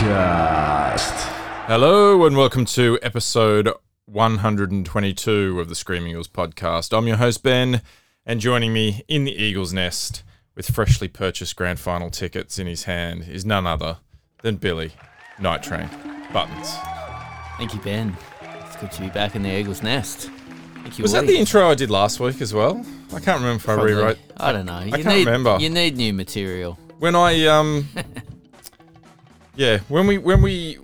Podcast. Hello and welcome to episode 122 of the Screaming Eagles podcast. I'm your host Ben, and joining me in the Eagles Nest with freshly purchased grand final tickets in his hand is none other than Billy Night Train Buttons. Thank you, Ben. It's good to be back in the eagle's nest. Thank you. Was that Woody. the intro I did last week as well? I can't remember if I Probably. rewrote. I don't know. You can't need, remember. You need new material. When I um Yeah, when we when we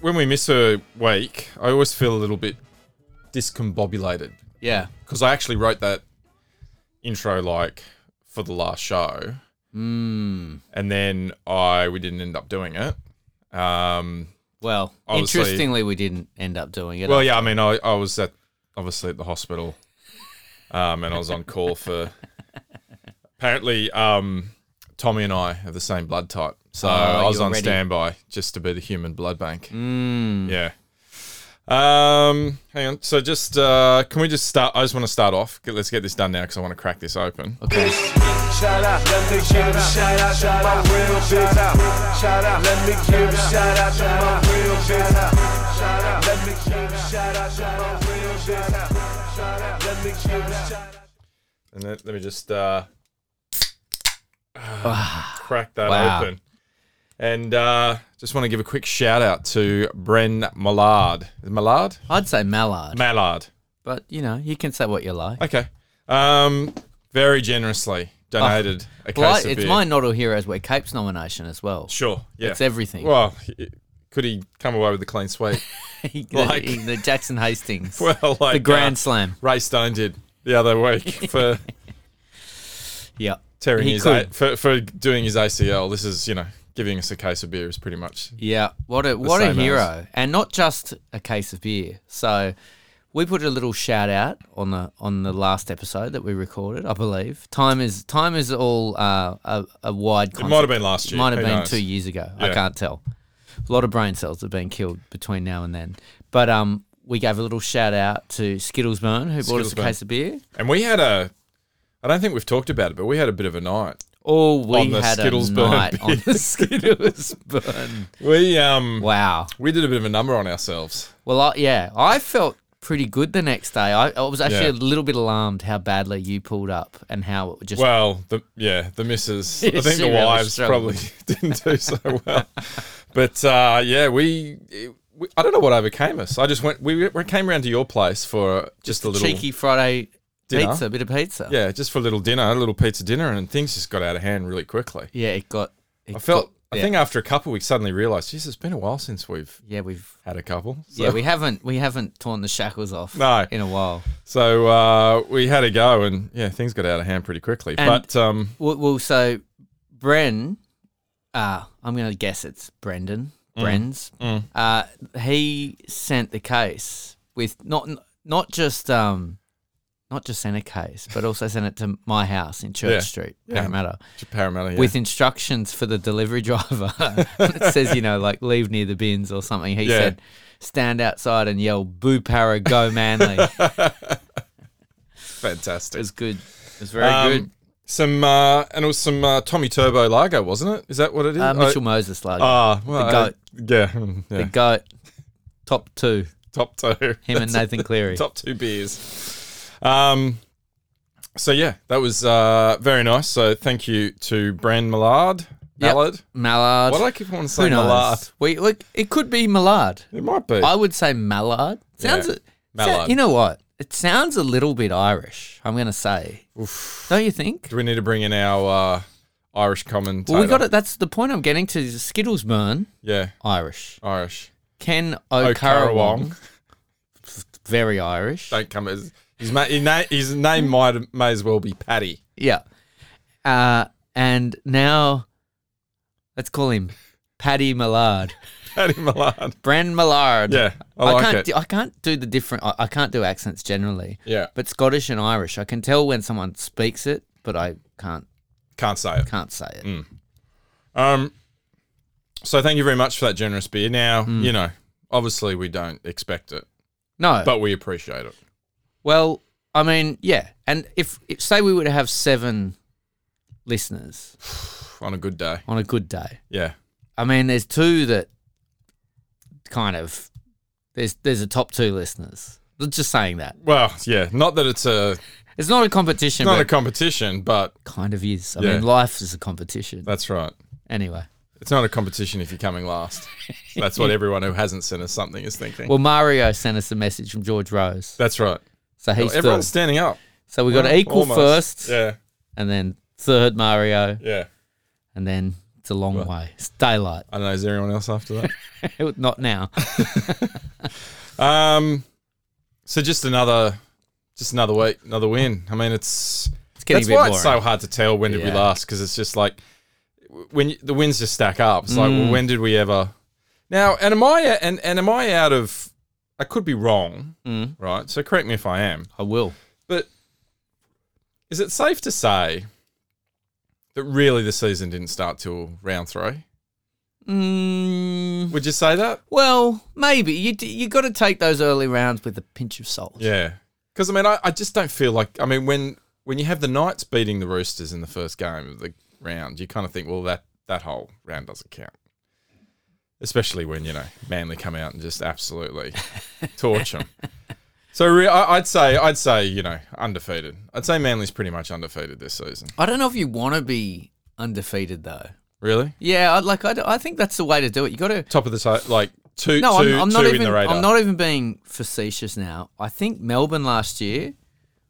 when we miss a week, I always feel a little bit discombobulated. Yeah. because I actually wrote that intro like for the last show, Mm. and then I we didn't end up doing it. Um, Well, Obviously- interestingly, we didn't end up doing it. well, yeah, I mean, I, I was at obviously at the hospital, um, and I was on call for. Apparently, um, Tommy and I are the same blood type, so Oh, I was you're on ready. standby just to be the human blood bank. Mm. Yeah. Um, hang on. So just uh, can we just start? I just want to start off. Let's get this done now because I want to crack this open. Okay. Shout out, let me give a shout out to my real bitch. Shout out, let me give a shout out to my real bitch. Shout out, let me give a shout out to my real bitch. Shout out, let me give a shout out. And then, let me just uh, crack that Ah. Wow. open. And uh, just want to give a quick shout out to Bren Mallard. Mallard? I'd say mallard, Mallard. but you know, you can say what you like. Okay. Um, very generously donated a case Oh. Well, of it's beer. my Not All Heroes Wear Capes nomination as well. Sure. Yeah. It's everything. Well, he- could he come away with a clean sweep? the, like- the Jackson Hastings, well, like the Grand uh, Slam. Ray Stone did the other week for Yeah. tearing He his could. a- for for doing his ACL. This is you know giving us a case of beer is pretty much Yeah, what a what a same as. hero, and not just a case of beer. So, we put a little shout out on the on the last episode that we recorded, I believe. Time is time is all uh, a, a wide. Concept. might have been last year, Might have who been knows? two years ago. Yeah. I can't tell. A lot of brain cells have been killed between now and then. But um, we gave a little shout out to Skittlesburn who bought us a Skittlesburn. case of beer. And we had a, I don't think we've talked about it, but we had a bit of a night. All we On the had a Skittlesburn night on the beer. Skittlesburn. We um Wow. we did a bit of a number on ourselves. Well, I, yeah, I felt pretty good the next day. I, I was actually Yeah. a little bit alarmed how badly you pulled up and how it just. Well, the yeah, the missus. I Yeah, think she the really wives struggled. probably didn't do so well. But uh, yeah, we, it- we. I don't know what overcame us. I just went. We, we came round to your place for just, a little cheeky Friday dinner. pizza, bit of pizza. Yeah, just for a little dinner, a little pizza dinner, and things just got out of hand really quickly. yeah, it got. It I felt. got- I yeah. think after a couple, we suddenly realised, geez, it's been a while since we've Yeah, we've. had a couple. Yeah, So- we haven't we haven't torn the shackles off. No. in a while. So uh, we had a go, and yeah, things got out of hand pretty quickly. And- but um, Well, well so Bren, uh, I'm going to guess it's Brendan. Mm. Bren's. Uh, he sent the case with not not just um, not just sent a case, but also sent it to my house in Church Yeah. Street, Yeah. Parramatta, to Parramatta, yeah. with instructions for the delivery driver. it says, you know, like leave near the bins or something. He Yeah. said, stand outside and yell, "Boo para, go manly." it fantastic. was good. It was very Um, good. Some uh, and it was some uh, Tommy Turbo Largo, wasn't it? Is that what it is? Uh, Mitchell Moses, like I- Ah, well, the goat. I- yeah, mm, yeah. the goat, top two. top two. Him and Nathan Cleary. top two beers. Um, so yeah, that was uh, very nice. So thank you to Bran Millard. Yep. Mallard. Mallard. Why do I keep on Who saying knows? Millard? We, we, it could be Mallard. It might be. I would say Mallard. Sounds. Yeah. a- Mallard. you know what? It sounds a little bit Irish. I'm going to say. Don't you think? Do we need to bring in our uh, Irish commentator? Well, we got it. That's the point I'm getting to. is Skittlesburn, Yeah, Irish. Irish. Ken O'Carawong. O'Carawong, very Irish. don't come as his, ma- his, na- his name might may as well be Paddy. Yeah. Uh, and now, let's call him Paddy Mallard. Paddy Millard. Bran Millard. Yeah, I like can't it. Do, I can't do the different. I, I can't do accents generally. Yeah. But Scottish and Irish, I can tell when someone speaks it, but I can't Can't say it. can't say Mm. it. Um so thank you very much for that generous beer. Now, Mm. you know, obviously we don't expect it, No. but we appreciate it. well, I mean, yeah. And if, if say we were to have seven listeners On a good day. on a good day, Yeah. I mean, there's two that kind of there's there's a top two listeners. Just saying that Well, yeah, not that it's a it's not a competition, not a but competition, but kind of is. I Yeah. mean, life is a competition. that's right. Anyway, It's not a competition if you're coming last. That's what everyone who hasn't sent us something is thinking. well, Mario sent us a message from George Rose, that's right. so he's third. Everyone's standing up. So we got Well, equal almost. first, Yeah, and then third Mario, yeah. and then it's a long way. It's daylight. I don't know. Is there anyone else after that? not now. Um, so just another, just another week, another win. I mean, it's It's getting that's a bit why boring. it's so hard to tell when did we Yeah. last because it's just like w- when you, the wins just stack up. It's like, Mm. well, when did we ever? Now, and am I and and am I out of? I could be wrong, Mm. right? So correct me if I am. I will. But is it safe to say that really the season didn't start till round three? Mm, Would you say that? well, maybe you d- you got to take those early rounds with a pinch of salt. Yeah. Because I mean, I, I just don't feel like I mean when when you have the Knights beating the Roosters in the first game of the round, you kind of think, well, that that whole round doesn't count. Especially when you know Manly come out and just absolutely torch them. So re- I- I'd say I'd say you know undefeated. I'd say Manly's pretty much undefeated this season. I don't know if you want to be undefeated though. Really, Yeah, I, like I, d- I think that's the way to do it. You got to. top of the ti- like two No, two- I'm, I'm not two even. in the radar. I'm not even being facetious now. I think Melbourne last year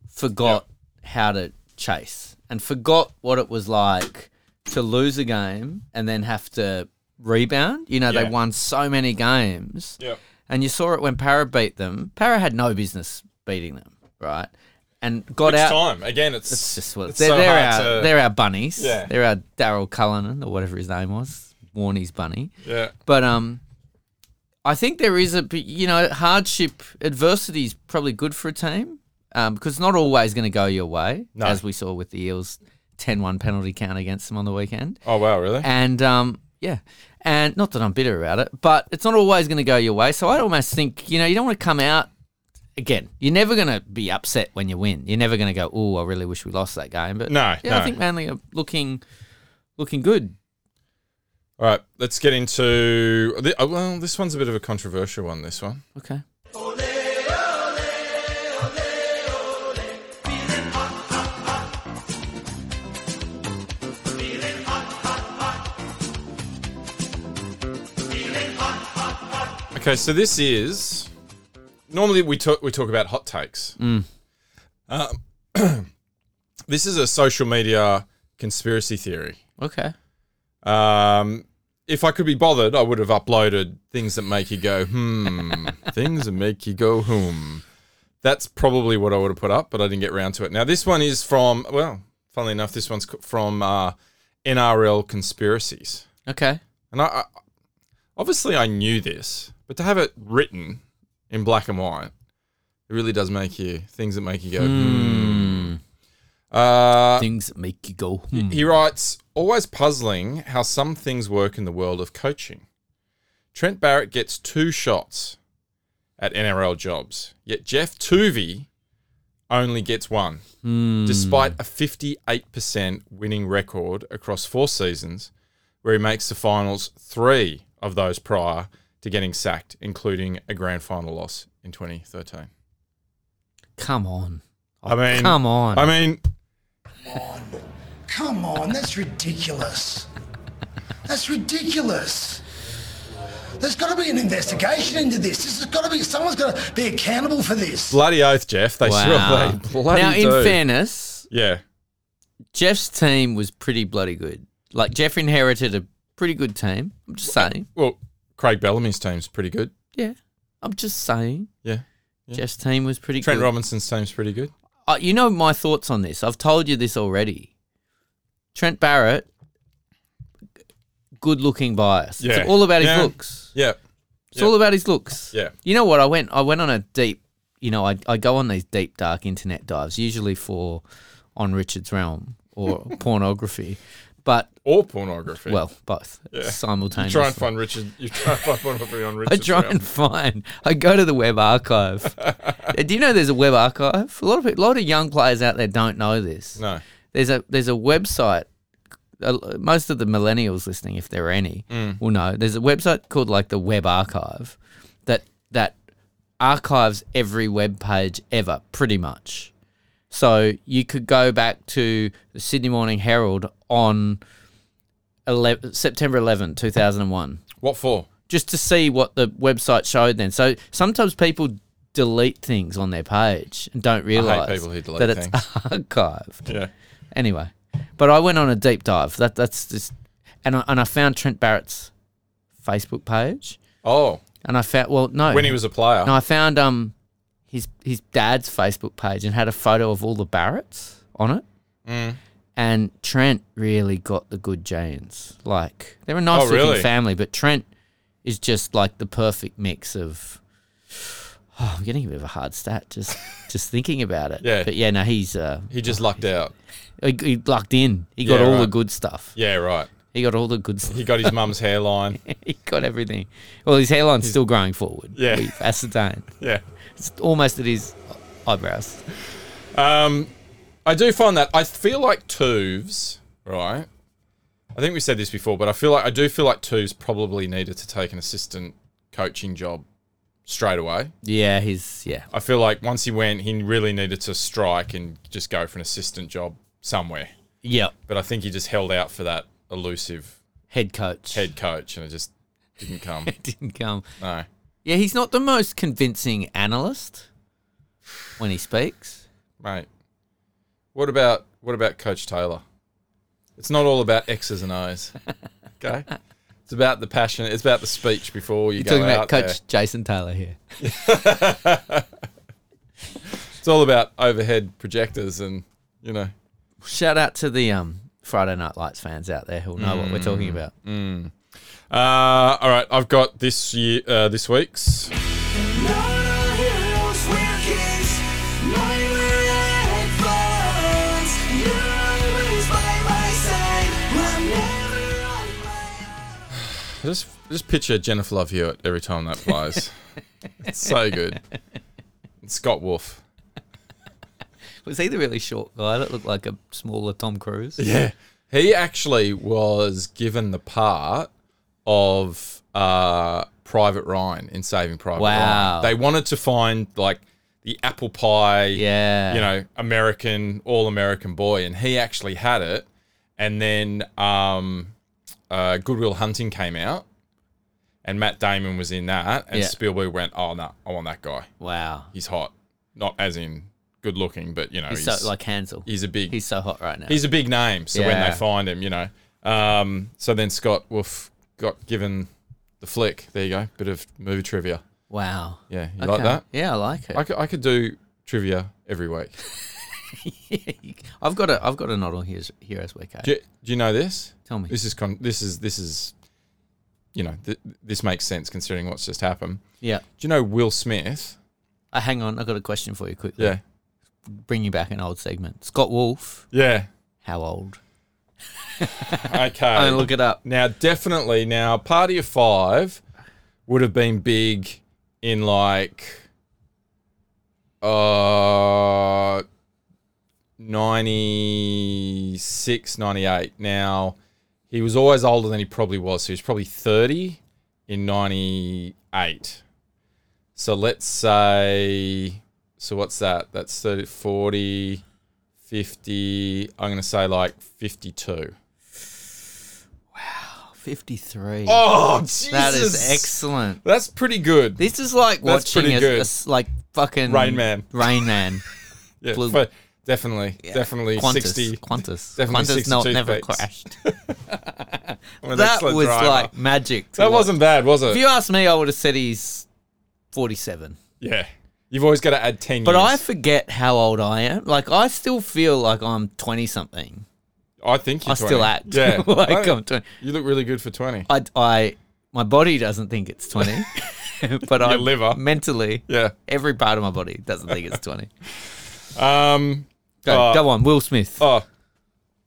forgot how to chase and forgot what it was like to lose a game and then have to rebound. You know, Yeah. they won so many games. Yeah. And you saw it when Para beat them. Para had no business beating them, right? And got It's out. time again. It's, It's just what it's they're, so they're hard our to- they're our bunnies. Yeah. They're our Daryl Cullinan or whatever his name was, Warney's bunny. yeah. But um, I think there is a b- you know hardship, adversity is probably good for a team um, because it's not always going to go your way, No. as we saw with the Eels' 10-1 penalty count against them on the weekend. Oh wow, really? And um, yeah, and not that I'm bitter about it, but it's not always going to go your way. So I almost think you know you don't want to come out again. You're never going to be upset when you win. You're never going to go, oh, I really wish we lost that game. But No, yeah, no. I think Manly are looking looking good. All right, let's get into. The, oh, well, this one's a bit of a controversial one. This one. Okay. Okay, so this is normally we talk we talk about hot takes. Um, this is a social media conspiracy theory. Okay. Um, if I could be bothered, I would have uploaded things that make you go hmm, things that make you go hmm. That's probably what I would have put up, but I didn't get round to it. Now this one is from well, funnily enough, this one's co- from uh, NRL conspiracies, Okay. and I, I obviously I knew this, but to have it written in black and white, it really does make you things that make you go hmm. Uh, Things that make you go. hmm. he writes, always puzzling how some things work in the world of coaching. Trent Barrett gets two shots at NRL jobs, yet Jeff Tuvey only gets one, Hmm. despite a 58% winning record across four seasons, where he makes the finals three of those prior to getting sacked, including a grand final loss in 2013. Come on. I mean, Oh, Come on. I mean, Come on, that's ridiculous. That's ridiculous. There's got to be an investigation into this. This has got to be someone's got to be accountable for this. bloody oath, Jeff. They Wow. sure they bloody now, in do. fairness, yeah. Jeff's team was pretty bloody good. Like Jeff inherited a pretty good team. I'm just saying. Well, Craig Bellamy's team's pretty good. Yeah. I'm just saying. Yeah. Yeah. Jeff's team was pretty Trent good. Robinson's team's pretty good. Uh, you know my thoughts on this. I've told you this already. Trent Barrett, good looking bias. Yeah. It's all about his Yeah. looks. Yeah. It's all about his looks. Yeah. You know what? I went I went on a deep you know, I, I go on these deep dark internet dives, usually for on Richard's realm or pornography. But Or pornography. well, both Yeah. you simultaneously. try and find Richard. You try and find pornography on I Richard's try and find. I go to the web archive. Uh, Do you know there's a web archive? A lot of peop- a lot of young players out there don't know this. No. There's a there's a website uh, most of the millennials listening, if there are any, Mm. will know. There's a website called like the Web Archive that that archives every web page ever, pretty much. So you could go back to the Sydney Morning Herald on 11, September 11, 2001 What for? just to see what the website showed then. So sometimes people delete things on their page and don't realize people who delete that it's things. archived. Yeah. Anyway, but I went on a deep dive. That that's just and I, and I found Trent Barrett's Facebook page Oh, and I found well no when he was a player. no I found um his his dad's Facebook page and had a photo of all the Barretts on it. Mm. And Trent really got the good genes. Like they're a nice looking Oh, really? family, but Trent is just like the perfect mix of. Oh, I'm getting a bit of a hard stat just just thinking about it. Yeah. but yeah, no, he's uh, He just lucked out. he, he lucked in. He got Yeah, all the right. good stuff. Yeah, right. He got all the good stuff. He got his mum's hairline. he got everything. Well, his hairline's still growing forward. Yeah. we've ascertained. Yeah. It's almost at his eyebrows. I do find that I feel like Tooves, right? I think we said this before, but I feel like I do feel like Tooves probably needed to take an assistant coaching job straight away. Yeah, he's yeah. I feel like once he went, he really needed to strike and just go for an assistant job somewhere. Yeah. But I think he just held out for that elusive Head coach. head coach and it just didn't come. didn't come. No. Yeah, he's not the most convincing analyst when he speaks. Mate. What about what about Coach Taylor? It's not all about X's and O's. Okay? It's about the passion, it's about the speech before you You're go talking about out Coach there. Jason Taylor here. It's all about overhead projectors and you know Shout out to the um, Friday Night Lights fans out there who'll know what we're Mm. talking about. Uh, all right, I've got this year, uh, this week's. I Just, just picture Jennifer Love Hewitt every time that plays. it's so good. And Scott Wolf. Was he the really short guy that looked like a smaller Tom Cruise? Yeah. He actually was given the part of uh, Private Ryan in Saving Private Ryan. Wow. They wanted to find like the apple pie, Yeah. you know, American, all American boy, and he actually had it. And then um, uh, Goodwill Hunting came out, and Matt Damon was in that, and Yeah. Spielberg went, "Oh no, I want that guy. Wow. He's hot, not as in good looking, but you know, He's, Oh, he's, so like Hansel. he's a big he's so hot right now. he's a big name. So when Yeah. they find him, you know. Um, so then Scott Wolf got given the flick. There you go. Bit of movie trivia. wow. Yeah, you like Okay. that? Yeah, I like it. I could, I could do trivia every week. I've got a I've got a nod on Heroes, Heroes Week. eh? Do you, do you know this? Tell me. This is con- this is this is, you know, th- this makes sense considering what's just happened. yeah. Do you know Will Smith? Uh, hang on, I've got a question for you quickly. Yeah, Bring you back an old segment. Scott Wolf, yeah. how old? Okay. I look it up. Now, definitely. Now, Party of Five would have been big in like uh 96, 98. Now, he was always older than he probably was. So he was probably 30 in 98. So let's say, so what's that? That's 30, 40, 50. I'm going to say like 52. 53. Oh, Jesus. that is excellent. That's pretty good. This is like That's watching pretty a, good. a s- like fucking Rain Man. Rain Man. yeah, blue- but definitely, definitely Qantas. 60. Qantas. definitely Qantas 60 not, never toothpicks. crashed. I'm an that excellent was driver. like magic. to That watch. wasn't bad, was it? If you asked me, I would have said he's 47. yeah. You've always got to add 10 But I years. forget how old I am. Like, I still feel like I'm 20 something. I think you're I 20. still act Yeah. I- like um, I'm 20. you look really good for 20. I, I my body doesn't think it's 20 but I liver. mentally Yeah. every part of my body doesn't think it's 20 Um. go, Uh, go on Will Smith Oh.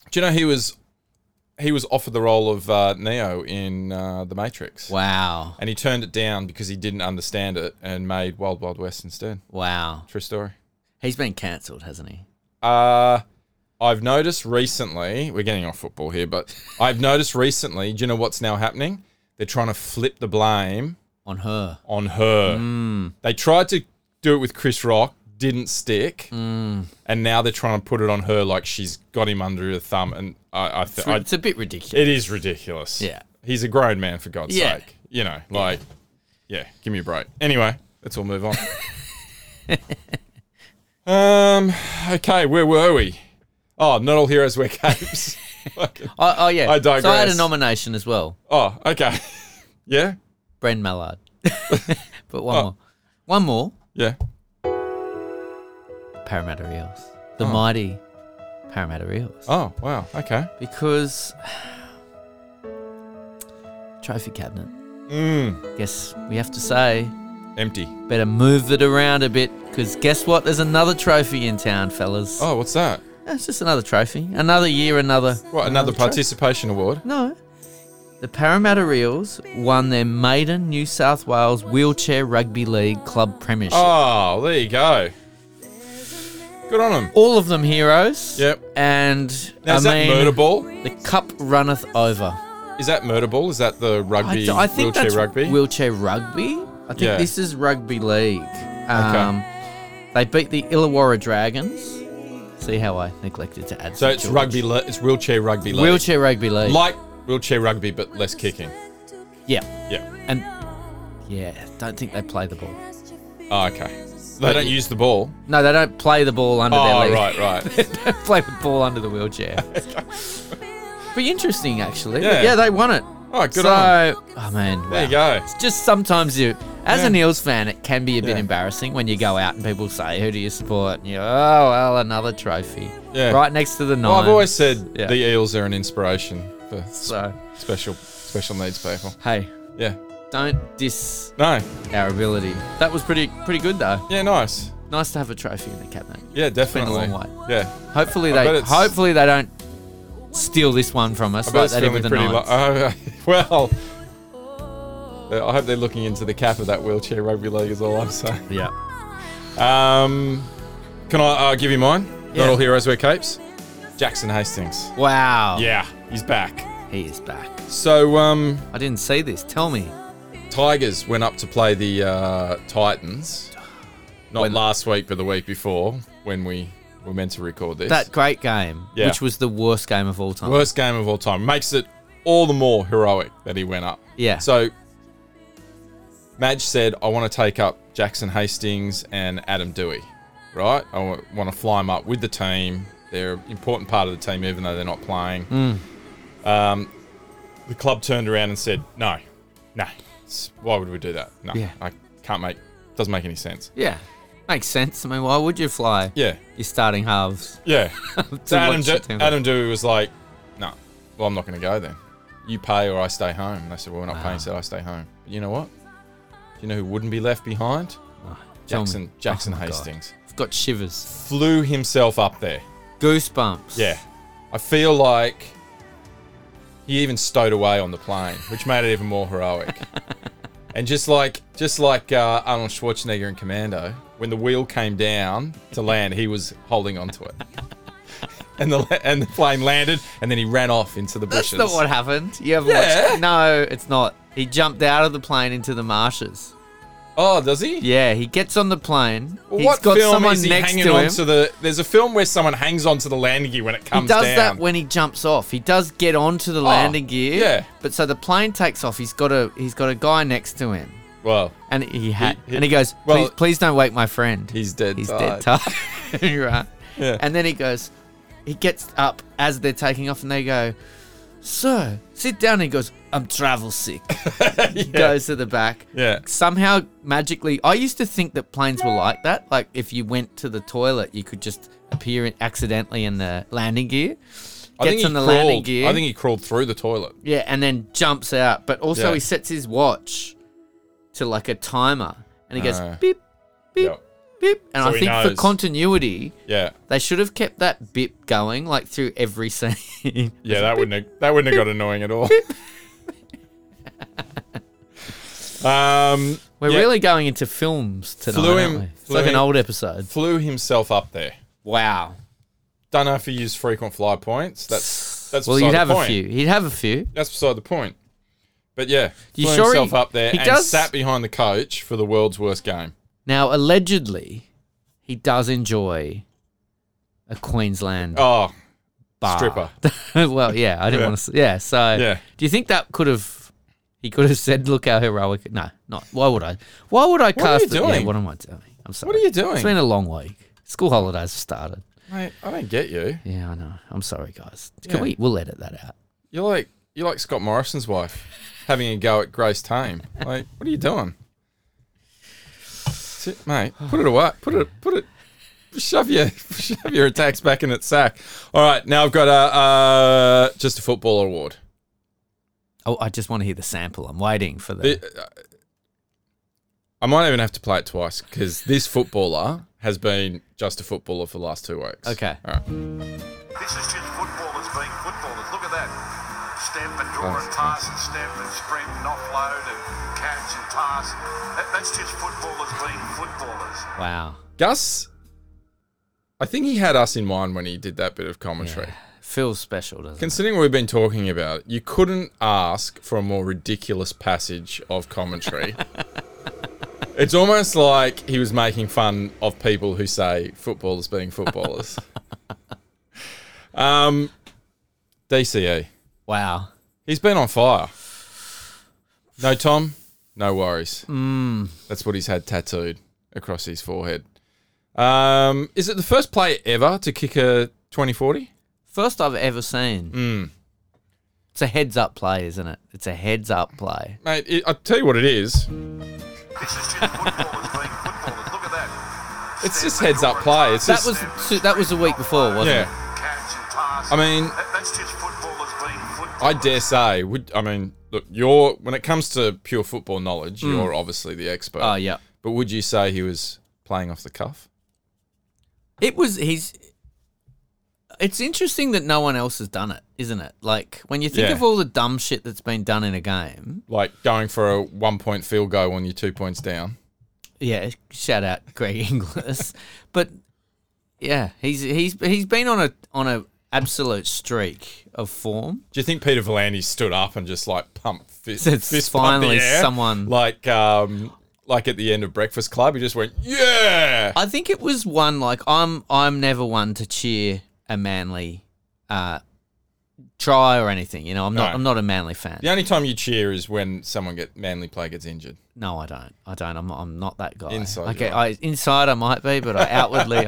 Do you know he was he was offered the role of uh, Neo in uh, The Matrix? wow And he turned it down because he didn't understand it and made Wild Wild West instead. wow True story. he's been cancelled hasn't he Uh I've noticed recently, we're getting off football here, but I've noticed recently, do you know what's now happening? They're trying to flip the blame on her. on her. They tried to do it with Chris Rock, didn't stick, and now they're trying to put it on her like she's got him under her thumb. And I, I, th- It's, I it's a bit ridiculous. it is ridiculous. Yeah. he's a grown man for God's Yeah. sake. You know, like, yeah. give me a break. Anyway, let's all move on. um, okay, where were we? Oh, not all heroes wear capes. Oh, oh yeah. I So I had a digress. nomination as well, oh, okay. Yeah, Bren Mallard. but Oh. one more, one more, yeah. Parramatta Eels, the mighty Parramatta Eels, Oh, wow. Okay. because trophy cabinet. Guess we have to say Mm, Empty. better move it around a bit, because guess what? There's another trophy in town, fellas. Oh, what's that? It's just another trophy, another year, another. What, another trophy. participation award? No. The Parramatta Eels won their maiden New South Wales Wheelchair Rugby League Club Premiership. Oh, there you go. Good on him. All of them heroes. Yep. And Now, I is mean, that murder ball? the cup runneth over. Is that murder ball? Is that the I, rugby d- I think wheelchair that's rugby? wheelchair rugby. I think Yeah. this is rugby league. Um, They beat the Illawarra Dragons. See how I neglected to add. so St. it's George. rugby. Le- it's wheelchair rugby league. Wheelchair rugby league. like wheelchair rugby, but less kicking. yeah, Yeah. and yeah, don't think they play the ball. Oh, okay. They don't use the ball. No, they don't play the ball under their Oh, league. right, right. play the ball under the wheelchair. Be interesting, actually. Yeah. Yeah, they won it. Oh, good so, on 'em. oh man, wow. There you go. It's just sometimes you, as Yeah. an Eels fan, it can be a bit Yeah. embarrassing when you go out and people say, "Who do you support?" And you, oh well, another trophy. Yeah. Right next to the nine. Well, I've always said Yeah. the Eels are an inspiration for s- So special special needs people. hey, Yeah. don't diss No. our ability. That was pretty pretty good though. Yeah. Nice. Nice to have a trophy in the cabinet. Yeah. been a Definitely. long way. Yeah. Hopefully I bet they it's- hopefully they don't steal this one from us I bet like it's they did feeling with the pretty. Lo- Knights. oh, well, uh, I hope they're looking into the cap of that wheelchair rugby league. Is all I'm saying. yeah. Um, can I uh, give you mine? Not Yeah. all heroes wear capes. Jackson Hastings. Wow. Yeah, he's back. He is back. So um, I didn't see this. Tell me. Tigers went up to play the uh, Titans. Not When- last week, but the week before, when we were meant to record this. That great game, Yeah. which was the worst game of all time. Worst game of all time. Makes it all the more heroic that he went up. Yeah. So Madge said, I want to take up Jackson Hastings and Adam Dewey, right? I want to fly them up with the team. They're an important part of the team, even though they're not playing. Hmm. Um, the club turned around and said, No, no. It's- Why would we do that? No, Yeah. I can't make. Doesn't make any sense. Yeah. Makes sense. I mean, why would you fly Yeah, your starting halves? yeah. so Adam, watch the De- team. Adam Dewey was like, no, well, I'm not going to go then. You pay or I stay home. And they said, well, we're not paying, so I stay home. But you know what? Do you know who wouldn't be left behind? Tell me. Jackson Jackson Oh my God. Hastings. I've got shivers. Flew himself up there. Goosebumps. Yeah. I feel like he even stowed away on the plane, which made it even more heroic. and just like just like uh, Arnold Schwarzenegger in Commando, when the wheel came down to land, he was holding onto it. And the and the plane landed, and then he ran off into the That's bushes. not what happened. You have Yeah. watched. No, it's not. He jumped out of the plane into the marshes. oh, does he? Yeah, he gets on the plane. Well, He's what got film someone is he next hanging to on him. to the? There's a film where someone hangs onto the landing gear when it He comes does down. Oh, that when he jumps off. He does get onto the landing gear. yeah. But so the plane takes off. He's got a he's got a guy next to him, well, and he had He- he- and he goes, well- please, please don't wake my friend. he's dead. He's tired. dead tired. right. Yeah. And then he goes, he gets up as they're taking off, and they go, sir, sit down. He goes, I'm travel sick. He goes to the back. Yeah. Somehow magically, I used to think that planes were like that. Like if you went to the toilet, you could just appear in, accidentally in the landing I gear. Gets think he on the crawled, landing gear. I think he crawled through the toilet. Yeah, and then jumps out. But also Yeah. he sets his watch to like a timer, and he goes Ah. beep, beep, Yeah. beep. And So I he think for knows. continuity, Yeah. they should have kept that bip going like through every scene. Yeah, that wouldn't have, that wouldn't have got annoying at all. um, We're yeah, really going into films tonight. Flew aren't him- we? It's flew like an him- old episode. flew himself up there. Wow. Don't know if he used frequent flyer points. That's that's Well, beside he'd the have point. a few. He'd have a few. That's beside the point. But yeah, You flew sure he- himself up there he and does- sat behind the coach for the world's worst game. Now, allegedly, he does enjoy a Queensland Oh, bar. stripper. well, yeah, I didn't want to. Yeah, so Yeah. do you think that could have? He could have said, "Look how heroic." No, not. Why would I? Why would I are cast? you it? Yeah, doing? what am I doing? I'm sorry. What are you It's doing? been a long week. School holidays have started. Mate, I don't get you. Yeah, I know. I'm sorry, guys. Can Yeah. we? We'll edit that out. You're like you're like Scott Morrison's wife having a go at Grace Tame. Like, what are you doing? That's it, mate, put it away. Put it put it shove your shove your attacks back in its sack. All right, now I've got a uh, just a footballer award. Oh, I just want to hear the sample. I'm waiting for the. The- I might even have to play it twice because this footballer has been just a footballer for the last two weeks. Okay. All right. This is just footballers being footballers. Look at that. Stamp and draw and pass and stamp and sprint and offload and catch and pass. That, that's just footballers being footballers. uh, wow. Gus, I think he had us in mind when he did that bit of commentary. Feels special, doesn't it? Considering we've been talking about it, you couldn't ask for a more ridiculous passage of commentary. it's almost like he was making fun of people who say footballers being footballers. um, DCE. Wow. He's been on fire. No, Tom, no worries. That's what he's had tattooed across his forehead. Um, is it the first player ever to kick a 2040? First I've ever seen. Mm. It's a heads up play, isn't it? It's a heads up play. Mate, it, I'll tell you what it is. This is just footballers being footballers. Look at that. It's just heads up play. It's That just, was so that was the week before, wasn't yeah. it? Catch and pass. I mean, that, that's just footballers being I footballers. dare say, would I mean, look, you're when it comes to pure football knowledge, Hmm. you're obviously the expert. Oh yeah. But would you say he was playing off the cuff? It was he's it's interesting that no one else has done it, isn't it? Like when you think Yeah. of all the dumb shit that's been done in a game. Like going for a one point field goal when you're two points down? Yeah, shout out Greg Inglis. but yeah, he's he's he's been on a on a absolute streak of form. Do you think Peter Volandi stood up and just like pumped fist, Said, fist pumped the "Finally, air"? someone- like um like at the end of Breakfast Club, he just went yeah. I think it was one like I'm I'm never one to cheer a manly uh try or anything. You know, I'm not No. I'm not a manly fan. The only time you cheer is when someone get manly player gets injured. No, I don't. I don't. I'm not, I'm not that guy. Inside, Like, you are. I, inside I might be, but I outwardly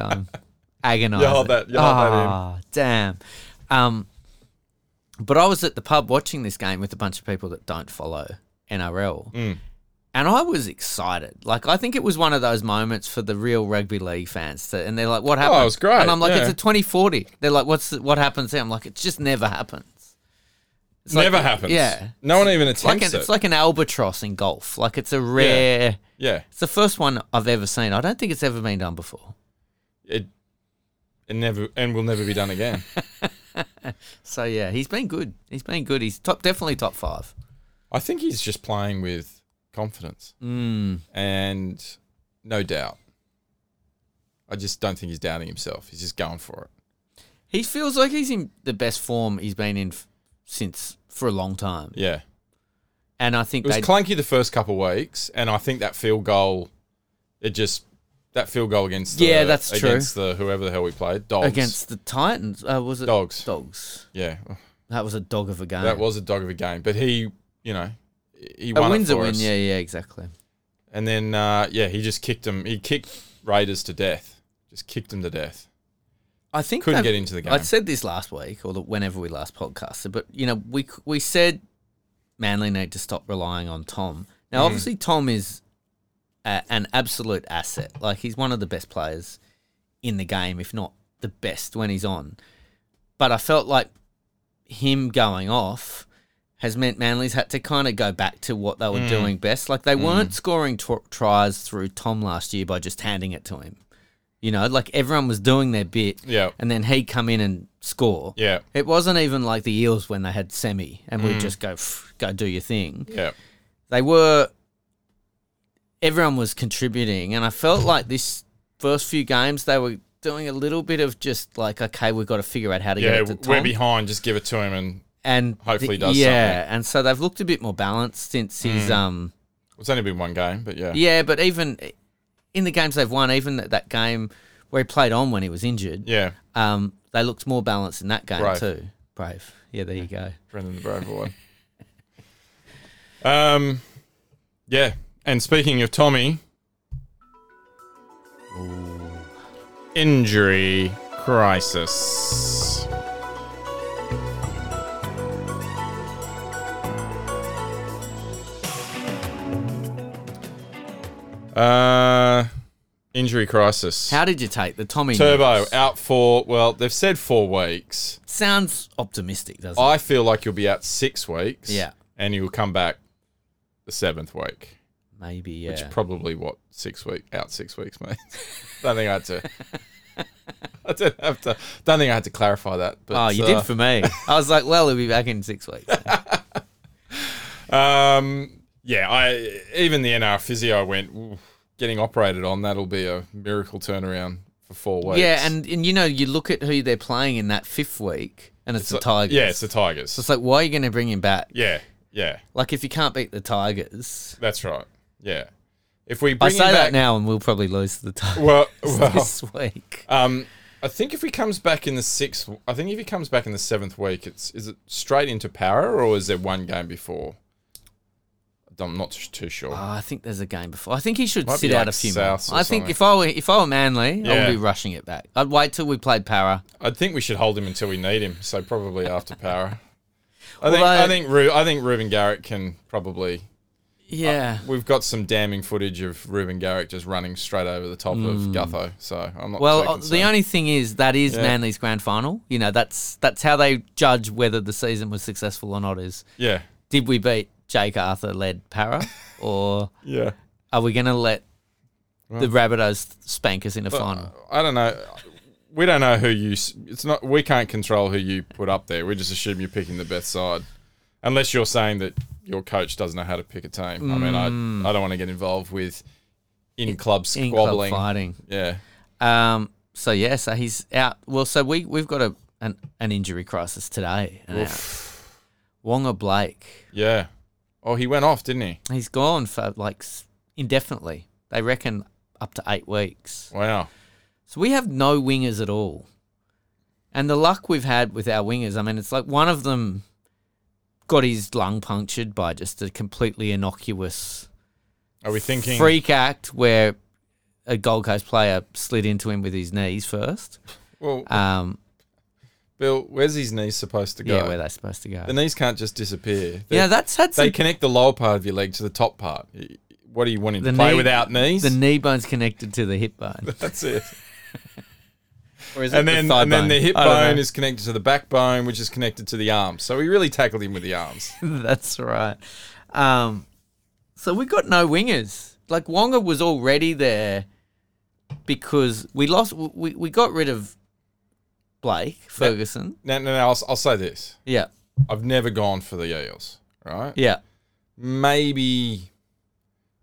I'm agonizing. Ah, You hold that- you hold that in. damn. Um, but I was at the pub watching this game with a bunch of people that don't follow NRL. Mm. And I was excited. Like I think it was one of those moments for the real rugby league fans. To, and they're like, "What happened?" Oh, it was great, And I'm like, yeah. "It's a 2040." They're like, "What's the, what happens?" There? I'm like, "It just never happens." It's like- Never happens. Yeah, no one even it's like attempts an, it's it. like an albatross in golf. Like it's a rare. yeah, It's the first one I've ever seen. I don't think it's ever been done before. it it never and will never be done again. So yeah, he's been good. He's been good. He's top, definitely top five. I think he's just playing with confidence Mm. and no doubt. I just don't think he's doubting himself. He's just going for it. He feels like he's in the best form he's been in f- since for a long time. Yeah. And I think It was they clunky the first couple of weeks, and I think that field goal, it just that field goal against the, Yeah, that's true. against the whoever the hell we played dogs against Oh, the Titans. Uh, was it Dogs. Dogs. yeah That was a dog of a game. that was a dog of a game, but he you know he a won win's it a for win. us. Yeah, yeah, exactly. and then uh, yeah he just kicked him he kicked Raiders to death just kicked him to death I think Couldn't they've- get into the game. I said this last week, or the, whenever we last podcasted, but you know, we we said Manly need to stop relying on Tom. Hmm. Now, obviously, Tom is a, an absolute asset. Like he's one of the best players in the game, if not the best when he's on. But I felt like him going off has meant Manly's had to kind of go back to what they Mm. were doing best. Like they weren't scoring tw tries through Tom last year by just handing it to him. You know, like everyone was doing their bit, Yeah. and then he'd come in and score. Yeah. Mm. it wasn't even like the Eels when they had semi and we'd just go "Pff, go do your thing. yeah They were everyone was contributing, and I felt like this first few games they were doing a little bit of just like, okay, we've got to figure out how to Yeah, get it to we're Tom. behind. Just give it to him. And and the- hopefully does yeah, and so they've looked a bit more balanced since his Hmm. um it's only been one game, but yeah. yeah, but even in the games they've won, even that, that game where he played on when he was injured, Yeah. um, they looked more balanced in that game Brave. too. Brave, yeah, there you go. Brendan the Brave Award. um, yeah. And speaking of Tommy, injury crisis. Uh, injury crisis. How did you take the Tommy Turbo news? out for well, they've said four weeks. Sounds optimistic, doesn't it? I feel like you'll be out six weeks. Yeah. And you'll come back the seventh week, Maybe yeah. which is probably what six week out six weeks means. don't think I had to. I didn't have to. Don't think I had to clarify that. But, oh, you uh, did for me. I was like, well, he'll be back in six weeks. Um, yeah. I even the NR physio went "Ooh, getting operated on. That'll be a miracle turnaround for four weeks. yeah, and, and you know, you look at who they're playing in that fifth week, and it's, It's the like- Tigers. Yeah, it's the Tigers. So it's like, why are you going to bring him back? yeah, yeah. Like, if you can't beat the Tigers, That's right. Yeah. If we I bring him say that back now, and we'll probably lose to the Tigers Well, well, this week. Um, I think if he comes back in the sixth, I think if he comes back in the seventh week, it's is it straight into power or is there one game before? I'm not t- too sure. Oh, I think there's a game before. I think he should Might sit be out like a few Souths months. or I think something. if I were if I were Manly, I Yeah. would be rushing it back. I'd wait till we played Para. I think we should hold him until we need him. So probably after power. I think Although- I think Ru- I think Ruben Garrett can probably. Yeah, We've got some damning footage of Ruben Garrett just running straight over the top of Gutho. So I'm not. Hmm. Well, too uh, the concerned. only thing is that is Manly's grand final. You know, that's that's how they judge whether the season was successful or not. Is yeah, did we beat Jake Arthur led Para, or yeah. are we going to let the Rabbitohs spank us in a final? I don't know. We don't know who you. s- It's not. We can't control who you put up there. We just assume you're picking the best side, unless you're saying that your coach doesn't know how to pick a team. I mean, I I don't want to get involved with in club Mm. In club squabbling. fighting. yeah, Um. So yeah. So he's out. Well. So we we've got a an, an injury crisis today. and out. Wonga Blake. yeah. Oh, he went off, didn't he? He's gone for like s- indefinitely. They reckon up to eight weeks. Wow. So we have no wingers at all. And the luck we've had with our wingers, I mean, it's like one of them got his lung punctured by just a completely innocuous Are we thinking? freak act where a Gold Coast player slid into him with his knees first. Well, Um, Bill, where's his knees supposed to go? yeah, where they're supposed to go. the knees can't just disappear. They, yeah, that's had they some, connect the lower part of your leg to the top part. Y- What do you want him The to play knee- without knees? the knee bone's connected to the hip bone, That's it. or is it and the then thigh and then bone? the hip I don't bone know. is connected to the backbone, which is connected to the arms. So we really tackled him with the arms. That's right. Um, so we got no wingers. Like Wonga was already there because we lost. We, we got rid of Blake Ferguson. No, no, no. I'll, s will say this: Yeah, I've never gone for the Eels. Right? yeah, Maybe.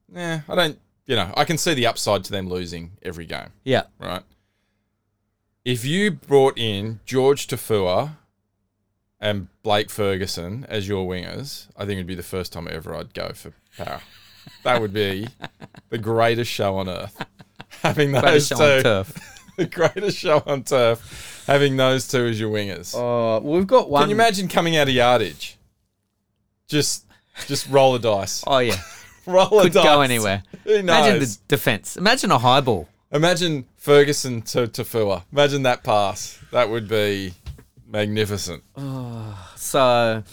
Nah, I don't. You know, I can see the upside to them losing every game. yeah. Right? If you brought in George Tafua and Blake Ferguson as your wingers, I think it'd be the first time ever I'd go for power. that would be the greatest show on earth. Having those Greatest show two, on turf. the greatest show on turf. Having those two as your wingers. Uh, we've got one. Can you imagine coming out of yardage? Just, just roll a dice. Oh yeah, Roll a could dice. go anywhere. Who knows? Imagine the defense. Imagine a high ball. Imagine Ferguson to Tafua. Imagine that pass. That would be magnificent. So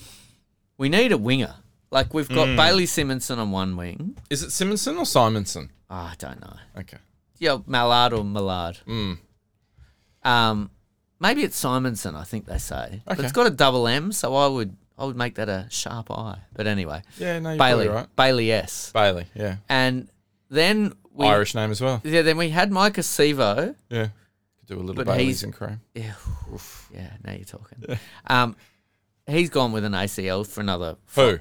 we need a winger. Like we've got Mm. Bailey Simonson on one wing. Is it Simonson or Simonson? Oh, I don't know. Okay. Hmm. Yeah, Mallard or Millard. Um, maybe it's Simonson. I think they say, but Okay. it's got a double M, so I would I would make that a sharp I. But anyway, Yeah, no, you're Bailey probably right. Bailey S. Bailey, yeah. And then we Irish name as well. yeah then we had Micah Sevo. Yeah. Could do a little But Bailey's he's- and cream. Yeah, yeah. Now you're talking. Um, he's gone with an ACL for another Who?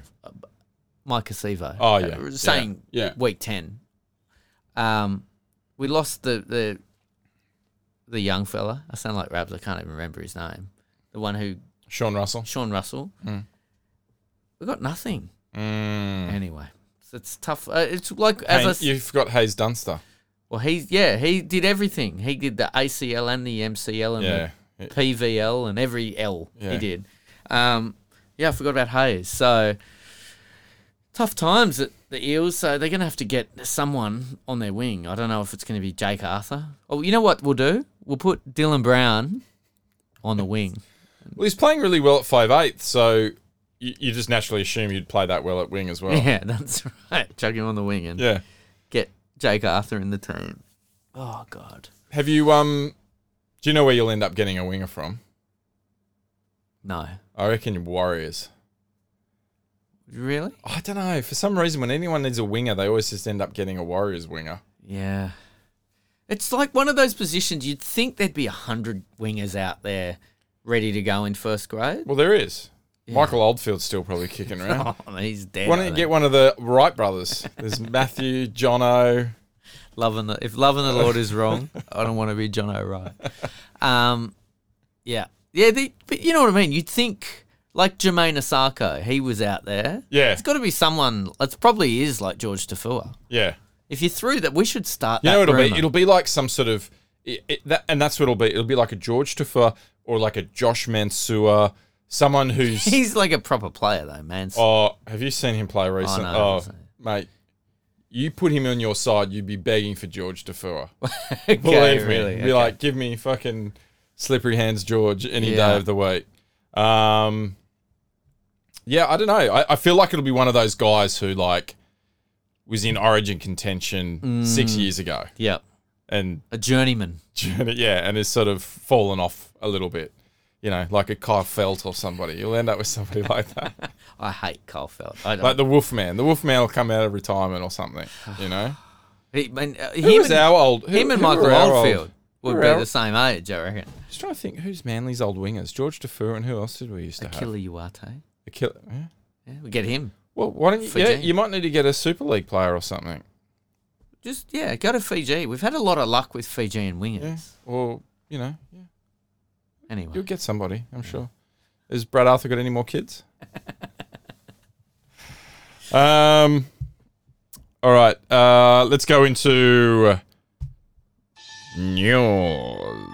Micah Sevo. Uh, Oh, yeah, yeah, saying yeah. week ten. Um, we lost the the the young fella. I sound like Rabs. I can't even remember his name. The one who Sean Russell. Sean Russell. Mm. We got nothing. Anyway, so it's tough. Uh, it's like as I Hey, s- you forgot Hayes Dunster. well, he's yeah, he did everything. He did the ACL and the MCL and Yeah. the PVL and every L Yeah. he did. Um, yeah, I forgot about Hayes. So tough times at the Eels. So they're going to have to get someone on their wing. I don't know if it's going to be Jake Arthur. Oh, you know what we'll do? We'll put Dylan Brown on the wing. Well, he's playing really well at five eighth, so you, you just naturally assume you'd play that well at wing as well. Yeah, that's right. Chuck him on the wing and yeah. get Jake Arthur in the team. Oh God, Have you um? Do you know where you'll end up getting a winger from? no, I reckon Warriors. really? I don't know. For some reason, when anyone needs a winger, they always just end up getting a Warriors winger. Yeah. It's like one of those positions you'd think there'd be a hundred wingers out there ready to go in first grade. Well, there is. Michael Oldfield's still probably kicking around. Oh, he's dead. Why I don't you think. get one of the Wright brothers? There's Matthew, Jono. loving the if loving the Lord is wrong, I don't want to be John O'Reilly. Um, yeah, yeah, they, but you know what I mean. You'd think like Jermaine Osako, he was out there. Yeah. it's got to be someone. It probably is like George Tafua. Yeah. If you threw that, we should start. You that know, it'll be rumour. it'll be like some sort of, it, it, that, and that's what it'll be. It'll be like a George Tafur or like a Josh Mansour, someone who's. He's like a proper player though, man. oh, have you seen him play recently? no, I Oh, haven't seen mate, you put him on your side, you'd be begging for George Tafur. Okay, Believe me, be okay. like, give me fucking slippery hands, George, any Yeah. day of the week. Um, yeah, I don't know. I, I feel like it'll be one of those guys who like was in Origin contention Mm. six years ago, yeah, and a journeyman. yeah, and has sort of fallen off a little bit. You know, like a Kyle Felt or somebody. You'll end up with somebody like that, I hate Kyle Felt. I don't. like the Wolfman. The Wolfman will come out of retirement or something. You know, he, man, uh, who him, was and, our old? Who, him and who were Michael our old- Oldfield who would were be our- the same age, I reckon. Just trying to think who's Manly's old wingers? George Defoe and who else did we used to have? Killer Uate. A killer. Yeah. Yeah, we get him. Well, why don't you? For Yeah, Jane. you might need to get a Super League player or something, Just yeah, go to Fiji. We've had a lot of luck with Fijian wingers. or you know, yeah, Anyway, you'll get somebody. I'm sure. Has Brad Arthur got any more kids? um. All right. Uh, let's go into news.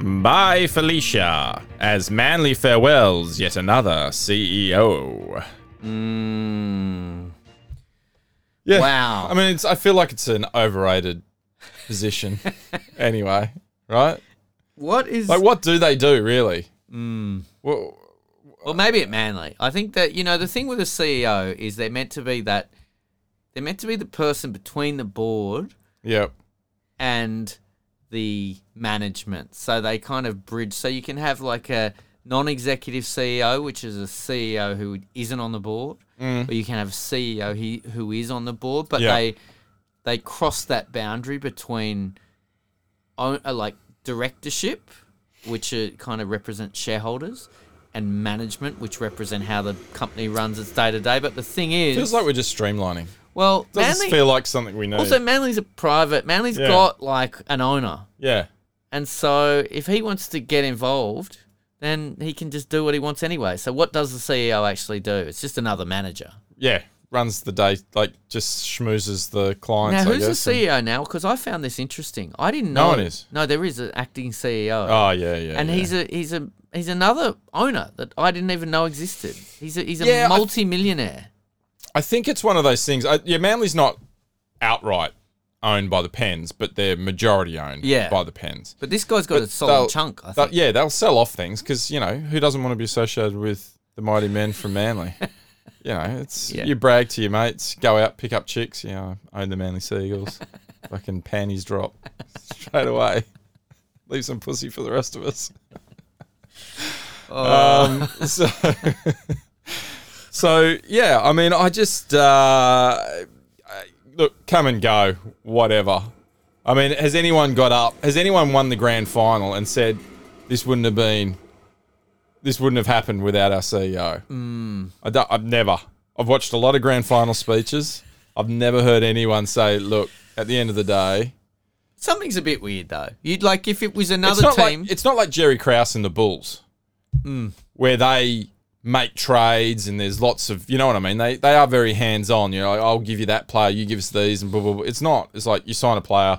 Bye, Felicia, as Manly farewells yet another E CEO. Yeah. Mm. Wow. I mean, it's, I feel like it's an overrated position anyway, right? what is? Like, what do they do, really? Hmm. Well, well, maybe at Manly. I think that you know the thing with a CEO is they're meant to be that they're meant to be the person between the board yeah. and the management. So they kind of bridge. So you can have like a non-executive CEO, which is a CEO who isn't on the board, or you can have a CEO he, who is on the board, but Mm. Yeah. they they cross that boundary between own, uh, like directorship, which uh kind of represents shareholders. And management, which represent how the company runs its day to day, but the thing is, Feels like we're just streamlining. well, Doesn't Manly, feel like something we know. also Manly's a private. Manly's Yeah. got like an owner, yeah. and so if he wants to get involved, then he can just do what he wants anyway. So what does the CEO actually do? It's just another manager. Yeah. Runs the day, like, just schmoozes the clients. now I who's the E guess, and- CEO now? Because I found this interesting. I didn't know. No one is. No, there is an acting CEO. Oh, yeah, yeah. and yeah. he's a he's a he's another owner that I didn't even know existed. He's a he's a Yeah, I- multi-millionaire. I think it's one of those things. I, yeah, Manly's not outright owned by the Pens, but they're majority owned Yeah. by the Pens. But this guy's got a they'll- solid chunk. I they'll- think. yeah, they'll sell off things because you know who doesn't want to be associated with the mighty men from Manly. you know, it's Yeah. you brag to your mates, go out, pick up chicks. You know, I own the Manly Seagulls. Fucking panties drop straight away. Leave some pussy for the rest of us. Um, so, so yeah, I mean, I just uh, I- look, come and go, whatever. I mean, has anyone got up? Has anyone won the grand final and said this wouldn't have been this wouldn't have happened without our E CEO. I don't, I've never. I've watched a lot of grand final speeches. I've never heard anyone say, "Look, at the end of the day, Something's a bit weird though. You'd like if it was it's another not team. Hmm. like it's not like Jerry Krause and the Bulls, where they make trades and there's lots of you know what I mean. They they are very hands on. You know, like, I'll give you that player, you give us these, and blah blah. blah. It's not. It's like you sign a player.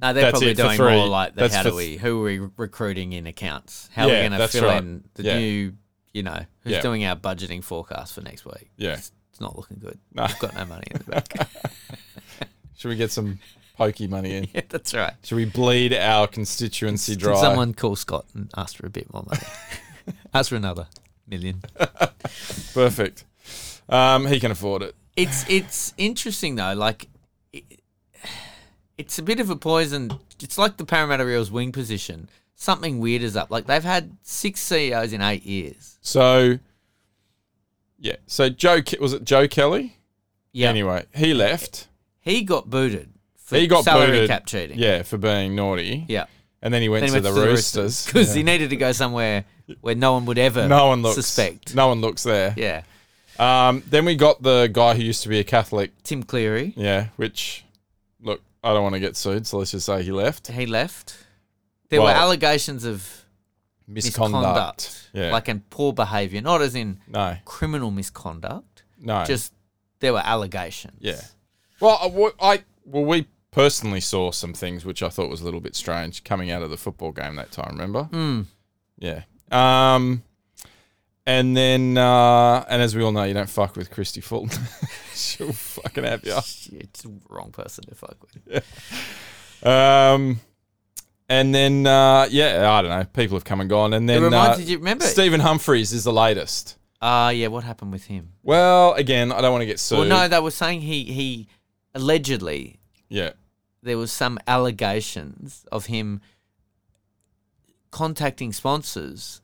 no, they're that's probably it for doing three. more like the That's how for do we who are we recruiting in accounts? How Yeah, are we going to that's fill right. in the Yeah. new? You know, who's Yeah. doing our budgeting forecast for next week? Yeah. it's, it's not looking good. We've got no money in the bank. Should we get some pokey money in? yeah, that's right. Should we bleed our constituency dry? Did someone call Scott and ask for a bit more money? ask for another million. Perfect. Um, he can afford it. It's it's interesting though. Like, it, it's a bit of a poison. It's like the Parramatta Reels wing position. Something weird is up. Like they've had six CEOs in eight years. So, yeah. So Joe Ke- was it Joe Kelly? Yeah. Anyway, he left. he got booted. For He got salary booted. cap cheating. Yeah, for being naughty. yeah. And then he went Then he to, went the, Roosters. because he needed to go somewhere where no one would ever no one looks. suspect. No one looks there. Yeah, Um, then we got the guy who used to be a Catholic. Tim Cleary. Yeah. Which, look, I don't want to get sued, so let's just say he left. He left. There were Well, allegations of Misconduct. misconduct, Yeah. like and poor behaviour, not as in no. criminal misconduct. No. Just there were allegations. Yeah. Well, I, wa- I well we personally saw some things which I thought was a little bit strange coming out of the football game that time. Remember? Hmm. Yeah. Um, and then uh, and as we all know, you don't fuck with Christy Fulton. She'll fucking have you. It's the wrong person to fuck with. Um, and then uh, yeah, I don't know. People have come and gone. And then it reminds uh, me, do you remember? Stephen Humphreys is the latest. Ah, yeah. What happened with him? Well, again, I don't want to get sued. Well, no, they were saying he he allegedly yeah. there was some allegations of him contacting sponsors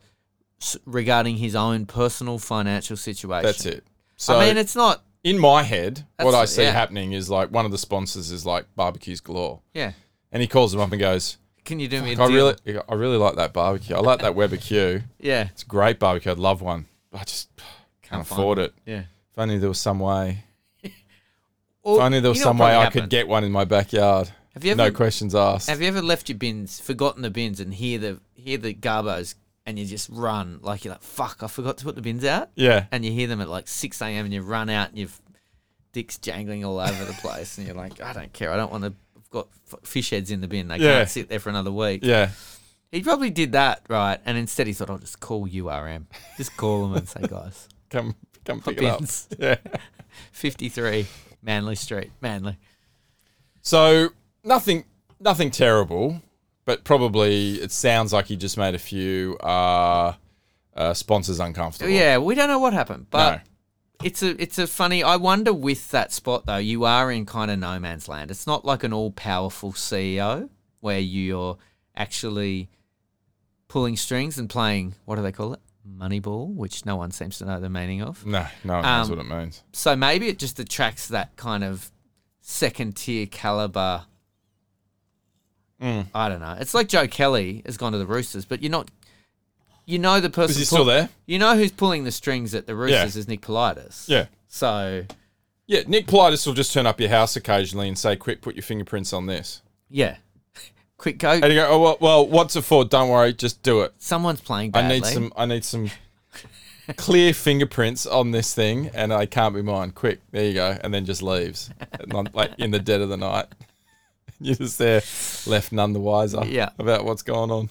s- regarding his own personal financial situation. That's it. So I mean, it's not. in my head, what I That's- see yeah. happening is like one of the sponsors is like barbecues galore, Yeah. and he calls them up and goes, Can you do me a "I deal? really, I really like that barbecue. I like that barbecue. Yeah. It's a great barbecue. I'd love one. I just can't, find afford it. Yeah. If only there was some way. Or, If only there was you know some what way probably I could happened? get one in my backyard. Have you no ever- questions asked. Have you ever left your bins, forgotten the bins, and hear the hear the garbos, and you just run like you're like, "Fuck, I forgot to put the bins out," yeah, and you hear them at like six a.m. and you run out and you've dicks jangling all over the place, and you're like, "I don't care, I don't want to." I've got f- fish heads in the bin; they Yeah. can't sit there for another week. yeah. He probably did that, right? And instead, he thought, "I'll just call URM, just call them and say, guys, Come, come pick bins. it up. Yeah. fifty-three Manly Street, Manly." So nothing, nothing terrible, but probably it sounds like he just made a few uh, uh, sponsors uncomfortable. Yeah, we don't know what happened, but. No. It's a it's a funny. I wonder with that spot though, you are in kind of no man's land. It's not like an all powerful CEO where you're actually pulling strings and playing. What do they call it? Moneyball, which no one seems to know the meaning of. No, no one knows Um, what it means. So maybe it just attracts that kind of second tier caliber. Mm. I don't know. It's like Joe Kelly has gone to the Roosters, but you're not. You know the person. Is he still pull- there? You know who's pulling the strings at the Roosters is Nick Politis. Yeah. So Yeah, Nick Politis will just turn up your house occasionally and say, quick, put your fingerprints on this. Yeah. Quick go. And you go, oh, well, well what's it for? Don't worry, just do it. Someone's playing I badly. need some, I need some clear fingerprints on this thing and I can't be mine. Quick, there you go. And then just leaves And I'm, like in the dead of the night. You're just there, left none the wiser Yeah. about what's going on.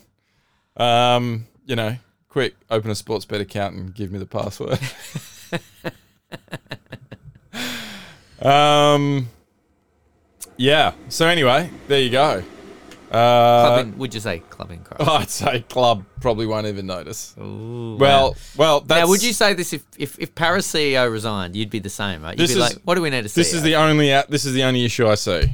Um, you know, quick, open a sports bet account and give me the password. um, yeah. So anyway, there you go. Uh, Clubbing, would you say clubbing crime? I'd say club probably won't even notice. well, well, that's, Now, would you say this if, if, if Paris CEO resigned, you'd be the same, right? You'd This be is- like, what do we need to see? This is the only out. This is the only issue I see.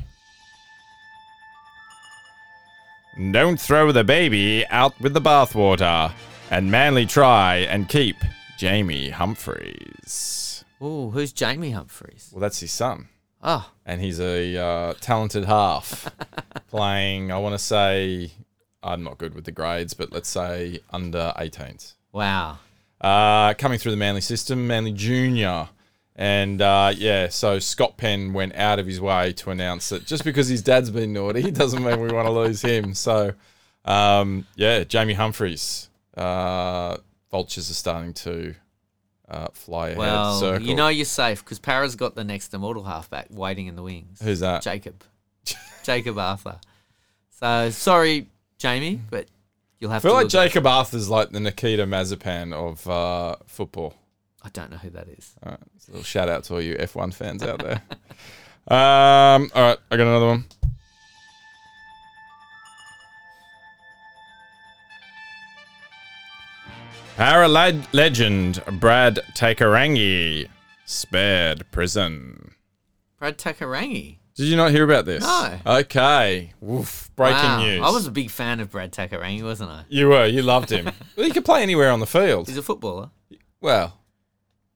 Don't throw the baby out with the bathwater, and manly try and keep Jamie Humphreys. Ooh, who's Jamie Humphreys? Well, that's his son, Oh, and he's a uh, talented half playing. I want to say I'm not good with the grades, but let's say under 18s. Wow. Uh, coming through the Manly system, Manly Junior. And uh, yeah, so Scott Penn went out of his way to announce that just because his dad's been naughty doesn't mean we want to lose him. So um, yeah, Jamie Humphreys. Uh, vultures are starting to uh, fly ahead of the Well, circle. you know you're safe because Para's got the next immortal halfback waiting in the wings. Who's that? Jacob. Jacob Arthur. So sorry, Jamie, but you'll have I Hmm. feel to. like look at- Jacob Arthur's like the Nikita Mazepan of uh, football. I don't know who that is. All right, so little shout out to all you F1 fans out there. um, all right, I got another one. Para lad- legend Brad Takarangi spared prison. Brad Takarangi. Did you not hear about this? No. Okay. Woof. Breaking Wow. news. I was a big fan of Brad Takarangi, wasn't I? You were. You loved him. well, he could play anywhere on the field. He's a footballer. Well,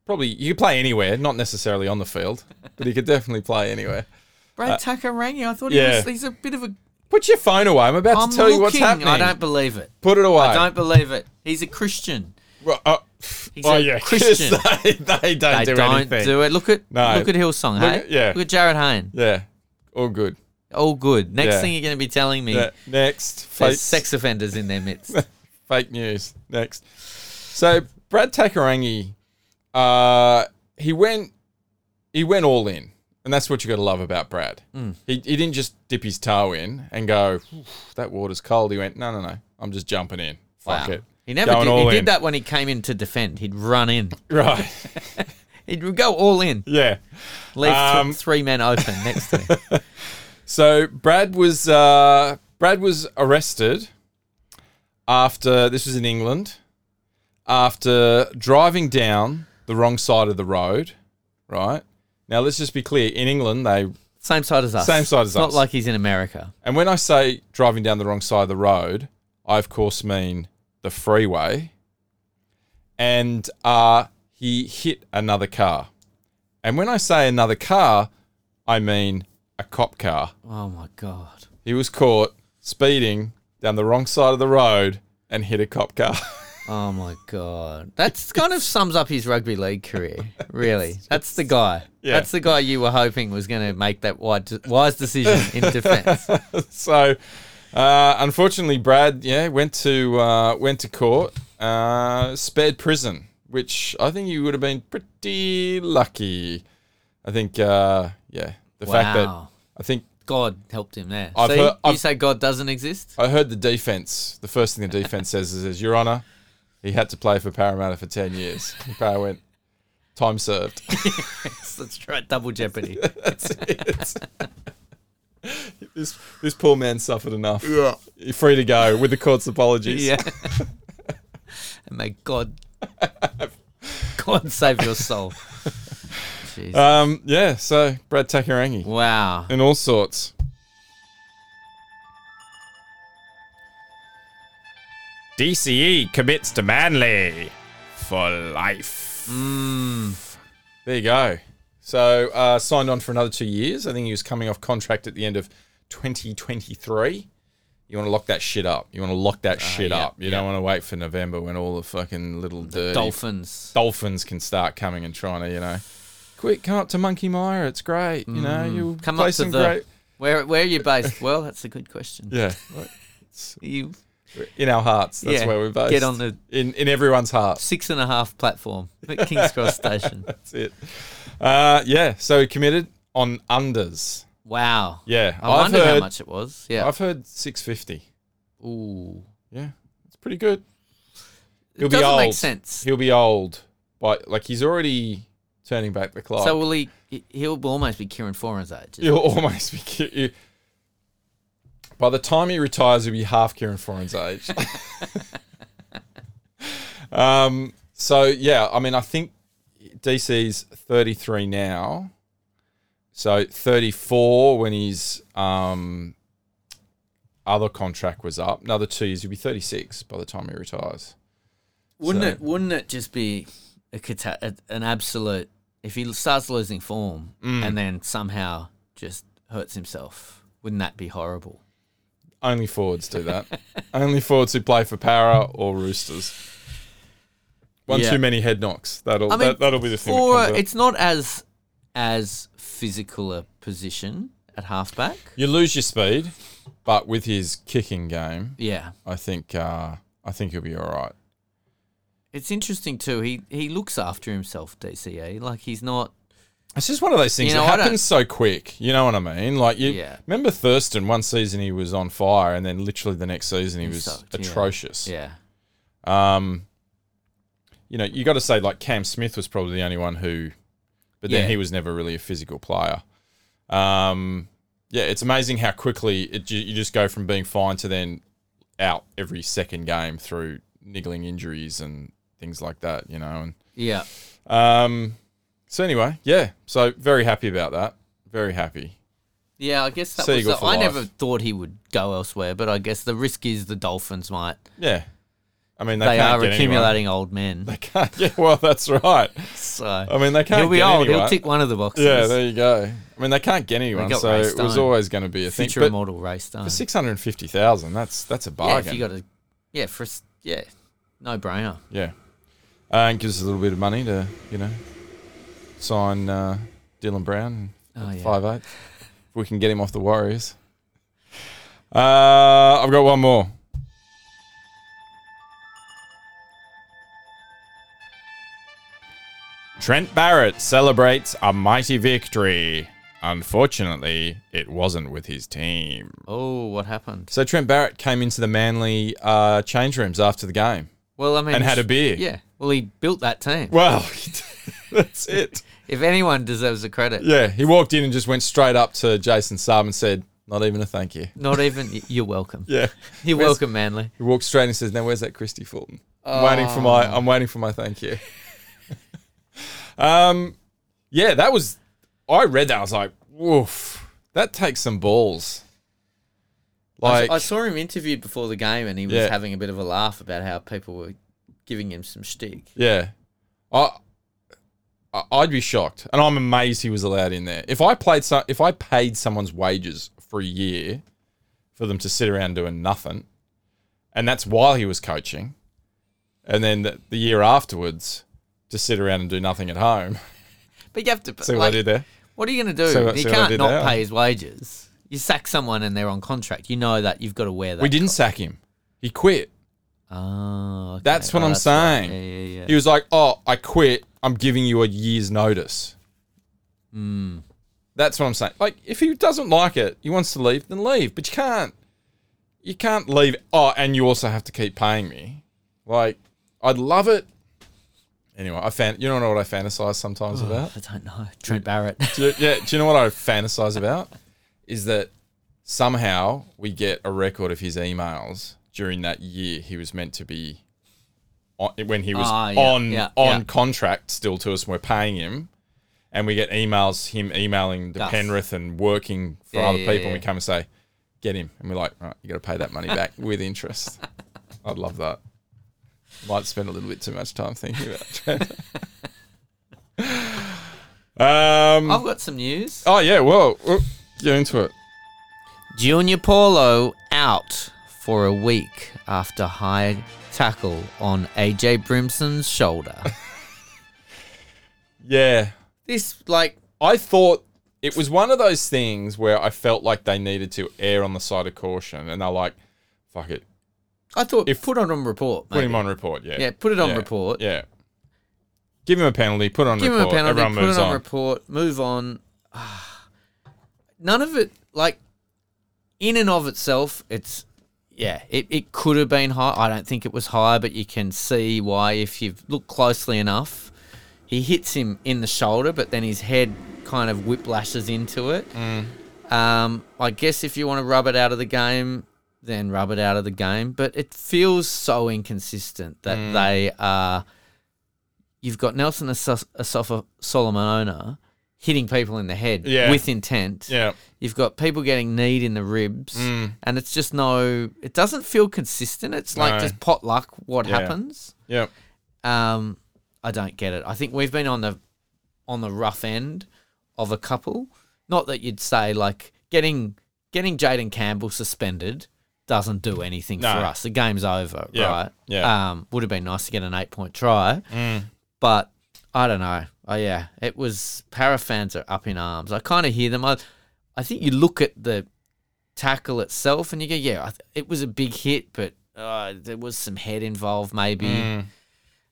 probably you could play anywhere, not necessarily on the field, but he could definitely play anywhere. Brad Takarangi. I thought he Uh, yeah. was. He's a bit of a. Put your phone away. I'm about am to tell looking. you what's happening. I don't believe it. Put it away. I don't believe it. He's a Christian. Well, oh, He's oh a yeah, 'cause Christian. They, they don't They do don't anything. do it. Look at No. look at Hillsong. Look hey, at- yeah. Look at Jared Hayne. Yeah, all good. All good. Next Yeah. thing you're going to be telling me, Yeah, Next, fake there's sex offenders in their midst. fake news. Next, so Brad Takarangi, uh, he went, he went all in, and that's what you got to love about Brad. Hmm. He he didn't just dip his toe in and go, "Oof, that water's cold. He went, no, no, no, I'm just jumping in. Fuck it. He never Going did. all He in. did that when he came in to defend. He'd run in. Right. He'd go all in. yeah. Leave th- Um, three men open next to him. So Brad was uh, Brad was arrested after this was in England after driving down the wrong side of the road. Right now, let's just be clear: in England, they Same side as us. Same side as It's Not us. like he's in America. and when I say driving down the wrong side of the road, I of course mean the freeway. And uh, he hit another car. And when I say another car, I mean a cop car. Oh my god. He was caught speeding down the wrong side of the road and hit a cop car. Oh my god. That's kind of sums up his rugby league career. Really. That's the guy. Yeah. That's the guy you were hoping was going to make that wide, wise decision in defence. so, uh, unfortunately, Brad, yeah, went to uh, went to court, uh, spared prison, which I think you would have been pretty lucky. I think, uh, yeah, the fact that Wow. I think God helped him there. I've See, heard- you I've- say God doesn't exist? I heard the defense. The first thing the defense says is, "Your Honour, he had to play for Parramatta for ten years." And Parra went, "Time served." Let's try double jeopardy. It's- this this poor man suffered enough. Yeah. You're free to go with the court's apologies. yeah. and may God, God save your soul. Jeez. Um. Yeah. So Brad Takarangi wow. and all sorts. DCE E commits to Manly for life. Hmm. There you go. So uh, signed on for another two years. I think he was coming off contract at the end of 2023. You want to lock that shit up. You want to lock that shit Ah, yeah, up. You don't want to wait for November when all the fucking little dirty Dolphins. dolphins can start coming and trying to, you know, quick, come up to Monkey Mire. It's great. You know, you Mm. Come play up to some the. great. Where, where are you based? Well, that's a good question. Yeah, You in our hearts. That's Yeah, where we're based. get on the- in in everyone's hearts. six and a half platform at King's Cross Station. That's it. Uh, yeah. So he committed on unders. Wow. Yeah, I I've wondered how heard- much it was. Yeah. I've heard six fifty. Ooh. Yeah, it's pretty good. He'll be doesn't old. make sense. He'll be old, but like he's already turning back the clock. So will he? he- He'll almost be Kieran Foran's age. He'll almost be. ki- You, by the time he retires, he'll be half Kieran Foran's age. um. So yeah, I mean, I think DC's 33 now. So 34 when his um other contract was up. Another two years, he'll be 36 by the time he retires. Wouldn't So- it? Wouldn't it just be a, cata- a an absolute? If he starts losing Mm. form and then somehow just hurts himself, wouldn't that be horrible? Only forwards do that. Only forwards who play for Para or Roosters. One Yeah. too many head knocks. That'll I mean, that, that'll be the thing. that for- comes up. it's not as as physical a position at halfback. You lose your speed, but with his kicking game, Yeah, I think uh, I think he'll be all right. it's interesting too. He he looks after himself, DCA. Like he's not. It's just one of those things. You know, I it don't- happens so quick. You know what I mean? Like you Yeah. remember Thurston? One season he was on fire, and then literally the next season he was sucked, yeah. atrocious. Yeah, Um, you know, you got to say like Cam Smith was probably the only one who, but then Yeah. he was never really a physical player. Um, yeah, it's amazing how quickly it ju- you just go from being fine to then out every second game through niggling injuries and things like that. You know, and yeah. um, so anyway, yeah, so very happy about that. Very happy. Yeah, I guess that Seagull was. The, for I life. never thought he would go elsewhere, but I guess the risk is the Dolphins might. Yeah, I mean they, They can't are get anyone. accumulating old men, They can't. Yeah, well that's right. so I mean they can't. he'll be get old. anyone. He'll tick one of the boxes. Yeah, there you go. I mean, they can't get anyone, got so Ray it was Stone. always going to be a thing. future but immortal race stone. for six hundred fifty thousand, that's that's a yeah, bargain. if you got a, yeah, for s- yeah, no brainer. Yeah. Uh, and gives us a little bit of money to you know sign uh, Dylan Brown, Oh, yeah. five eight. If we can get him off the Warriors. Uh, I've got one more. Trent Barrett celebrates a mighty victory. Unfortunately, it wasn't with his team. Oh, what happened? So Trent Barrett came into the Manly uh, change rooms after the game. Well, I mean, And had a beer. Yeah. Well, he built that team. Well, that's it. If anyone deserves the credit, Yeah, he walked in and just went straight up to Jason Saab and said, "Not even a thank you." not even y- you're welcome. Yeah, You're Where's- welcome, Manly. He walked straight and says, "Now where's that Christy Fulton? I'm waiting for my. I'm waiting for my thank you." um, yeah, that was. I read that. I was like, "Woof, that takes some balls." Like, I, I saw him interviewed before the game, and he was Yeah. having a bit of a laugh about how people were giving him some stick. yeah, I. I- I'd be shocked, and I'm amazed he was allowed in there. If I played, so, if I paid someone's wages for a year, for them to sit around doing nothing, and that's while he was coaching, and then the, the year afterwards to sit around and do nothing at home. But you have to See what like, I did there? What are you going to do? See what- you see what I can't did not there? pay his wages. You sack someone and they're on contract. You know that. You've got to wear that. We didn't sack him. He quit. Oh, okay. That's what Oh, I'm right. saying. Yeah, yeah, yeah. He was like, "Oh, I quit. I'm giving you a year's notice." That's what I'm saying. Like, if he doesn't like it, he wants to leave, then leave. But you can't, you can't leave. Oh, and you also have to keep paying me. Like, I'd love it. Anyway, I fan. You don't know what I fantasize sometimes about. I don't know. Trent Barrett. Do you- yeah. Do you know what I fantasize about? Is that somehow we get a record of his emails during that year he was meant to be on, when he was Ah, yeah, on yeah, on yeah. contract still to us and we're paying him and we get emails him emailing the Us. Penrith and working for Yeah, other yeah, people and we yeah. come and say get him and we're like right you got to pay that money back with interest I'd love that might spend a little bit too much time thinking about it um I've got some news. Oh yeah, well, well, get into it. Junior Paulo out for a week after high tackle on AJ Brimson's shoulder. Yeah, this like I thought it was one of those things where I felt like they needed to err on the side of caution, and they're like, "Fuck it, I thought if put on on report, put maybe. him on report." Yeah, Yeah, put it on Yeah. report. Yeah, give him a penalty. Put it on Give him report. a penalty, Everyone put moves it on, on. report, move on. Ah. None of it like in and of itself, it's yeah, it, it could have been high. I don't think it was high, but you can see why if you've looked closely enough. He hits him in the shoulder, but then his head kind of whiplashes into it. Mm. Um, I guess if you want to rub it out of the game, then rub it out of the game. But it feels so inconsistent that Mm. they are. You've got Nelson Aso- Asafa Solomona hitting people in the head Yeah. with intent. Yeah, Mm. You've got people getting kneed in the ribs, and it's just no. It doesn't feel consistent. It's No. like just pot luck what Yeah. happens. yeah, Um, I don't get it. I think we've been on the on the rough end of a couple. Not that you'd say like getting getting Jaden Campbell suspended doesn't do anything No. for us. The game's over, Yeah, right? yeah. Mm. Um, would have been nice to get an eight point try, but I don't know. Oh yeah, it was. Para fans are up in arms. I kind of hear them. I, I think you look at the tackle itself and you go, yeah, I th- it was a big hit, but uh, there was some head involved maybe. Mm.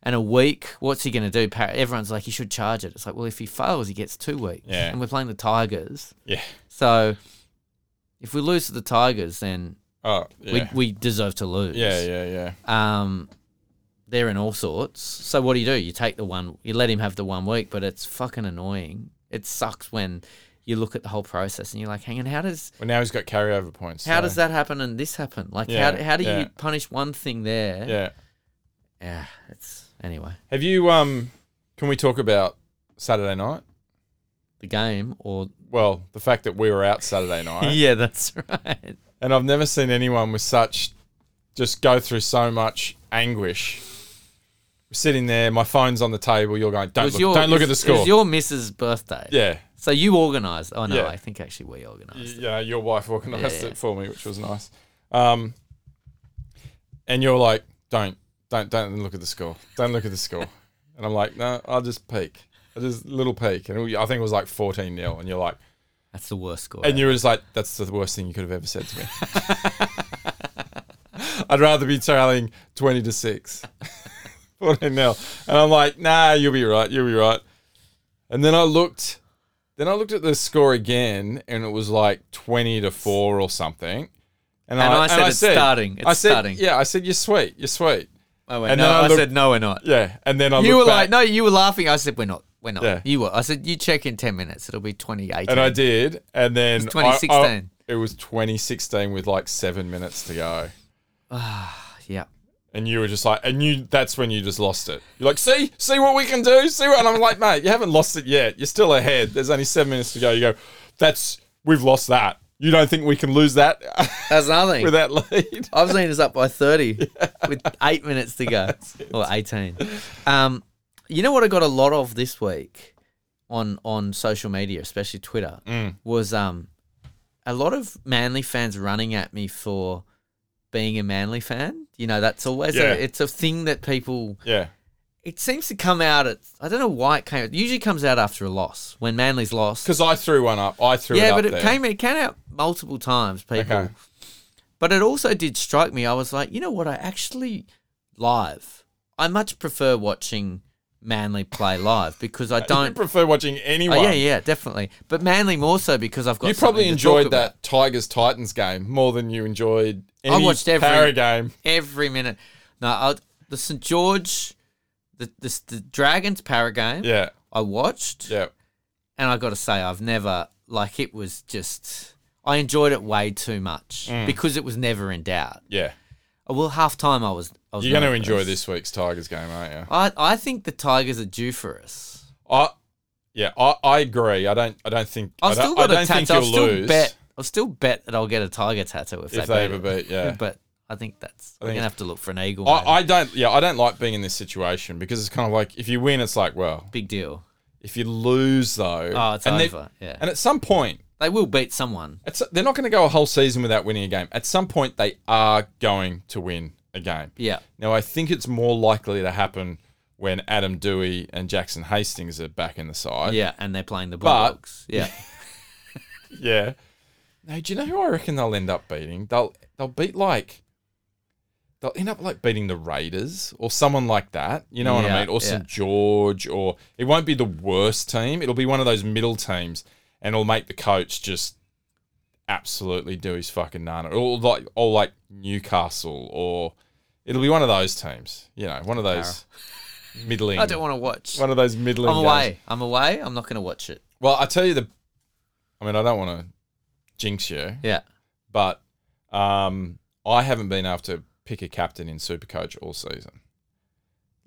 And a week, what's he going to do? Par- Everyone's like, he should charge it. It's like, well, if he fails, he gets two weeks. Yeah. And we're playing the Tigers. Yeah. So if we lose to the Tigers, then Oh, yeah. we, we deserve to lose. yeah, yeah, yeah. Um, they're in all sorts. So what do you do? You take the one, you let him have the one week, but it's fucking annoying. It sucks when you look at the whole process and you're like, hang on, how does Well, now he's got carryover points. how so- does that happen and this happen? Like, Yeah, how, how do yeah. you punish one thing there? Yeah. Yeah, it's anyway Have you um? Can we talk about Saturday night? the game or Well, the fact that we were out Saturday night. yeah, that's right. And I've never seen anyone with such just go through so much anguish. We're sitting there, my phone's on the table, you're going, Don't look, don't look at the It score. was your missus' birthday. yeah. So you organised. Oh no, Yeah. I think actually we organised. Yeah, uh, your wife organised Yeah. it for me, which was nice. Um, and you're like, Don't, don't, don't look at the score. Don't look at the score. and I'm like, No, I'll just peek. I just little peek. And we- I think it was like 14 0. And you're like, That's the worst score. And you were just like, that's the worst thing you could have ever said to me. I'd rather be trailing 20 to 6. 14 nil. And I'm like, nah, you'll be right. You'll be right. And then I looked, then I looked at the score again and it was like 20 to 4 or something. And I said, "It's starting. It's I said, starting." Yeah, I said, you're sweet. You're sweet. I went, And no, then I I, looked- said no, we're not. Yeah. And then I You looked were back, like, no, you were laughing. I said, we're not. We're not. Yeah. You were. I said, you check in 10 minutes. It'll be 2018. And I did. And then was I- I- 2016. it was 2016 with like seven minutes to go. Yeah. And you were just like, and you, that's when you just lost it. You're like, see, see what we can do, see what, and I'm like, mate, you haven't lost it yet. You're still ahead. There's only seven minutes to go. You go, that's, we've lost that. You don't think we can lose that That's nothing. with that lead? I've seen us up by 30 with eight minutes to go, or 18. Um, you know what I got a lot of this week on on social media, especially Twitter, was um, a lot of Manly fans running at me for being a Manly fan. You know, that's always Yeah. a, it's a thing that people. Yeah, It seems to come out at I don't know why it came. It usually comes out after a loss when Manly's lost. because I threw one up. I threw it Yeah, up but it there. came it came out multiple times, people. Okay. But it also did strike me. I was like, you know what? I actually live. I much prefer watching Manly play live because I You don't. prefer watching anyone. Oh, yeah, yeah, definitely. But Manly more so because I've got. You probably something to talk enjoyed about. that Tigers Titans game more than you enjoyed any watched every- Para game. every minute. No, I, the St George, the, the the Dragons para game. Yeah, I watched. yeah. and I got to say, I've never like it was just I enjoyed it way too much Mm. because it was never in doubt. Yeah, Well, half time I was. I was you're going to nervous. enjoy this week's Tigers game, aren't you? I I think the Tigers are due for us. I yeah, I, I agree. I don't I don't think I I've don't, still got I don't a think you'll tattoo. I'll still lose bet. I'll still bet that I'll get a Tiger tattoo if, if they, they ever it. beat. Yeah. But I think that's we're think gonna it's- have to look for an eagle. I, I, I don't yeah, I don't like being in this situation because it's kind of like if you win it's like, well, Big deal. if you lose though Oh, it's and they- over, yeah. And at some point They will beat someone. it's, they're not going to go a whole season without winning a game. At some point they are going to win a game. Yeah. Now I think it's more likely to happen when Adam Dewey and Jackson Hastings are back in the side. Yeah, and they're playing the But- Bulldogs. yeah. Yeah. No, do you know who I reckon they'll end up beating? They'll they'll beat like they'll end up like beating the Raiders or someone like that. You know what I Yeah, mean? Or St yeah. George or it won't be the worst team. It'll be one of those middle teams and it'll make the coach just absolutely do his fucking nana. Or like or like Newcastle or it'll be one of those teams. You know, one of those middling I don't want to watch. one of those middling I'm games. away. I'm away. I'm not gonna watch it. Well, I tell you the I mean I don't want to jinx you Yeah. but um, I haven't been able to pick a captain in Supercoach all season.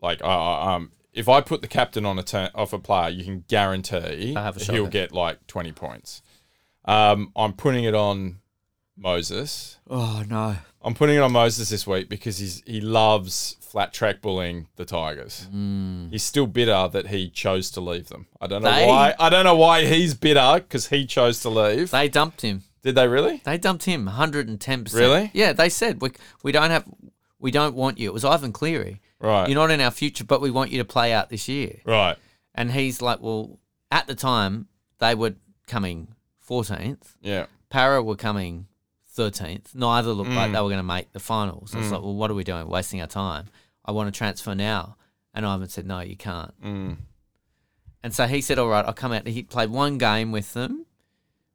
Like, I, I, um, if I put the captain on a turn off a player, you can guarantee I have a that shot he'll at it. get like twenty points. Um, I'm putting it on Moses. Oh no. I'm putting it on Moses this week because he's he loves flat track bullying the Tigers. He's still bitter that he chose to leave them. I don't know Mm. They- why. I don't know why he's bitter because he chose to leave. They dumped him. Did they really? They dumped him 110%. Really? Yeah, they said we we don't have we don't want you. It was Ivan Cleary. Right. You're not in our future, but we want you to play out this year. Right. And he's like, well, at the time they were coming 14th. Yeah. Para were coming 13th. Neither looked Mm. like they were going to make the finals. It's like, well, what are we doing? Wasting our time. I want to transfer now. And Ivan said, no, you can't. Mm. And so he said, all right, I'll come out. He played one game with them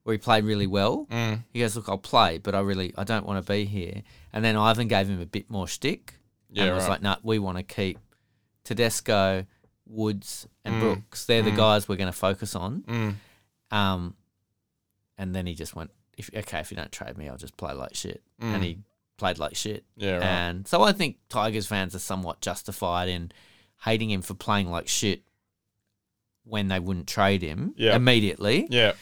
where he played really well. Mm. He goes, look, I'll play, but I really, I don't want to be here. And then Ivan gave him a bit more shtick. Yeah, and was right. like, no, we want to keep Tedesco, Woods, Mm. and Brooks. They're the guys we're going to focus on. Um, and then he just went, if, okay, if you don't trade me, I'll just play like shit. And he played like shit. Mm. Yeah, right. And so I think Tigers fans are somewhat justified in hating him for playing like shit when they wouldn't trade him Yeah. immediately. Yeah.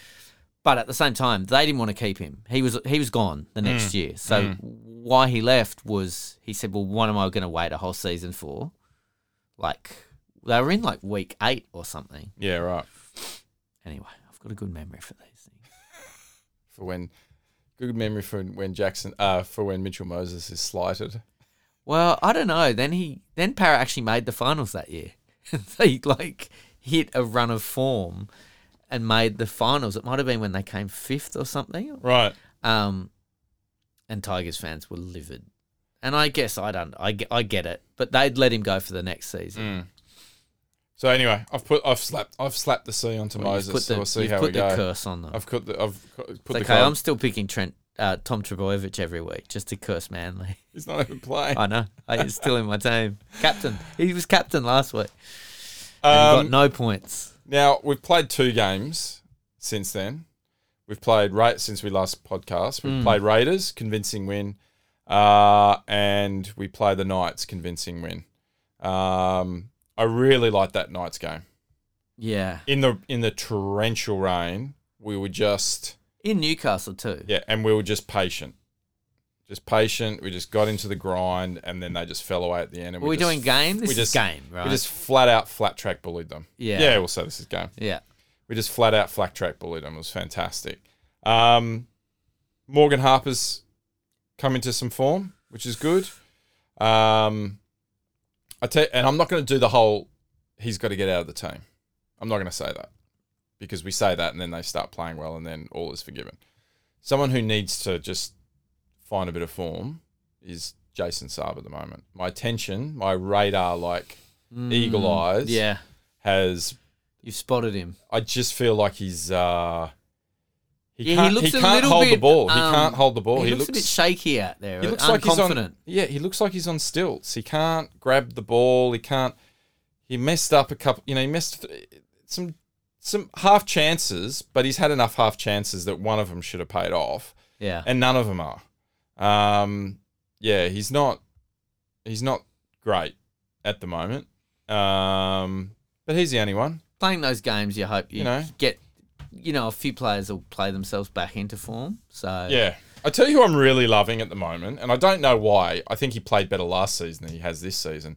But at the same time, they didn't want to keep him. He was he was gone Mm. the next year. So why he left was he said, "Well, what am I going to wait a whole season for?" Like they were in like week eight or something. Yeah. Right. Anyway, I've got a good memory for these things. For when, good memory for when Jackson, uh, for when Mitchell Moses is slighted. Well, I don't know. Then he then Para actually made the finals that year. they like hit a run of form and made the finals. It might have been when they came fifth or something. Right. Um, and Tigers fans were livid. And I guess I don't. I get, I get it, but they'd let him go for the next Mm. season. So anyway, I've put, I've slapped, I've slapped the C onto You've Moses. put the, so we'll see you've how put we the go. curse on them. I've put the, I've cu- put It's the. okay, club- I'm still picking Trent, uh, Tom Trebojevic every week just to curse Manly. He's not even playing. I know. He's still in my team. Captain. He was captain last week. And Um, got no points. Now we've played two games since then. We've played right since we last podcast. Hmm. We've played Raiders, convincing win, uh, and we play the Knights, convincing win. Um, I really like that Knights game. Yeah. In the in the torrential rain, we were just In Newcastle too. yeah, and we were just patient, just patient. We just got into the grind, and then they just fell away at the end. And Were we just- doing game? This is game, right? We just flat out flat track bullied them. Yeah. yeah. We'll say this is game Yeah. we just flat out flat track bullied him. It was fantastic. Um, Morgan Harper's come into some form, which is good. Um, I tell, and I'm not going to do the whole. He's got to get out of the team. I'm not going to say that because we say that and then they start playing well and then all is forgiven. Someone who needs to just find a bit of form is Jason Saab at the moment. My attention, my radar, like eagle eyes, Yeah. has You've spotted him. I just feel like he's uh he Yeah, he can't, he looks a can't little hold the bit, ball. he um, can't hold the ball. He, looks, a bit shaky out there. he looks like he's unconfident. on Yeah, he looks like he's on stilts. He can't grab the ball. He can't he messed up a couple, you know, he messed some some half chances, but he's had enough half chances that one of them should have paid off yeah. and none of them are. Um, yeah, he's not he's not great at the moment. Um, but he's the only one. playing those games, you hope you, You know? get, you know, a few players will play themselves back into form. So Yeah. I tell you who I'm really loving at the moment, and I don't know why. I think he played better last season than he has this season,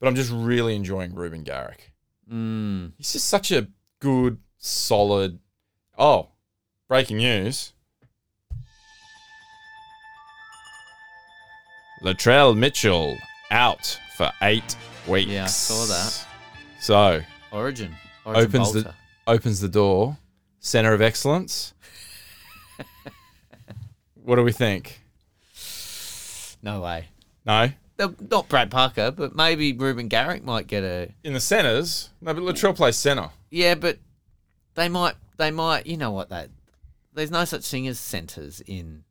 but I'm just really enjoying Ruben Garrick. mm, He's just such a good, solid. Oh, breaking news. Latrell Mitchell out for eight weeks. Yeah, I saw that. So Origin, Origin opens the Bolter. opens the door. Center of excellence. what do we think? no way. No. No, Not Brad Parker, but maybe Ruben Garrick might get a. In the centres, no, but Latrell plays centre. Yeah, but they might. They might. You know what? That there's no such thing as centres in.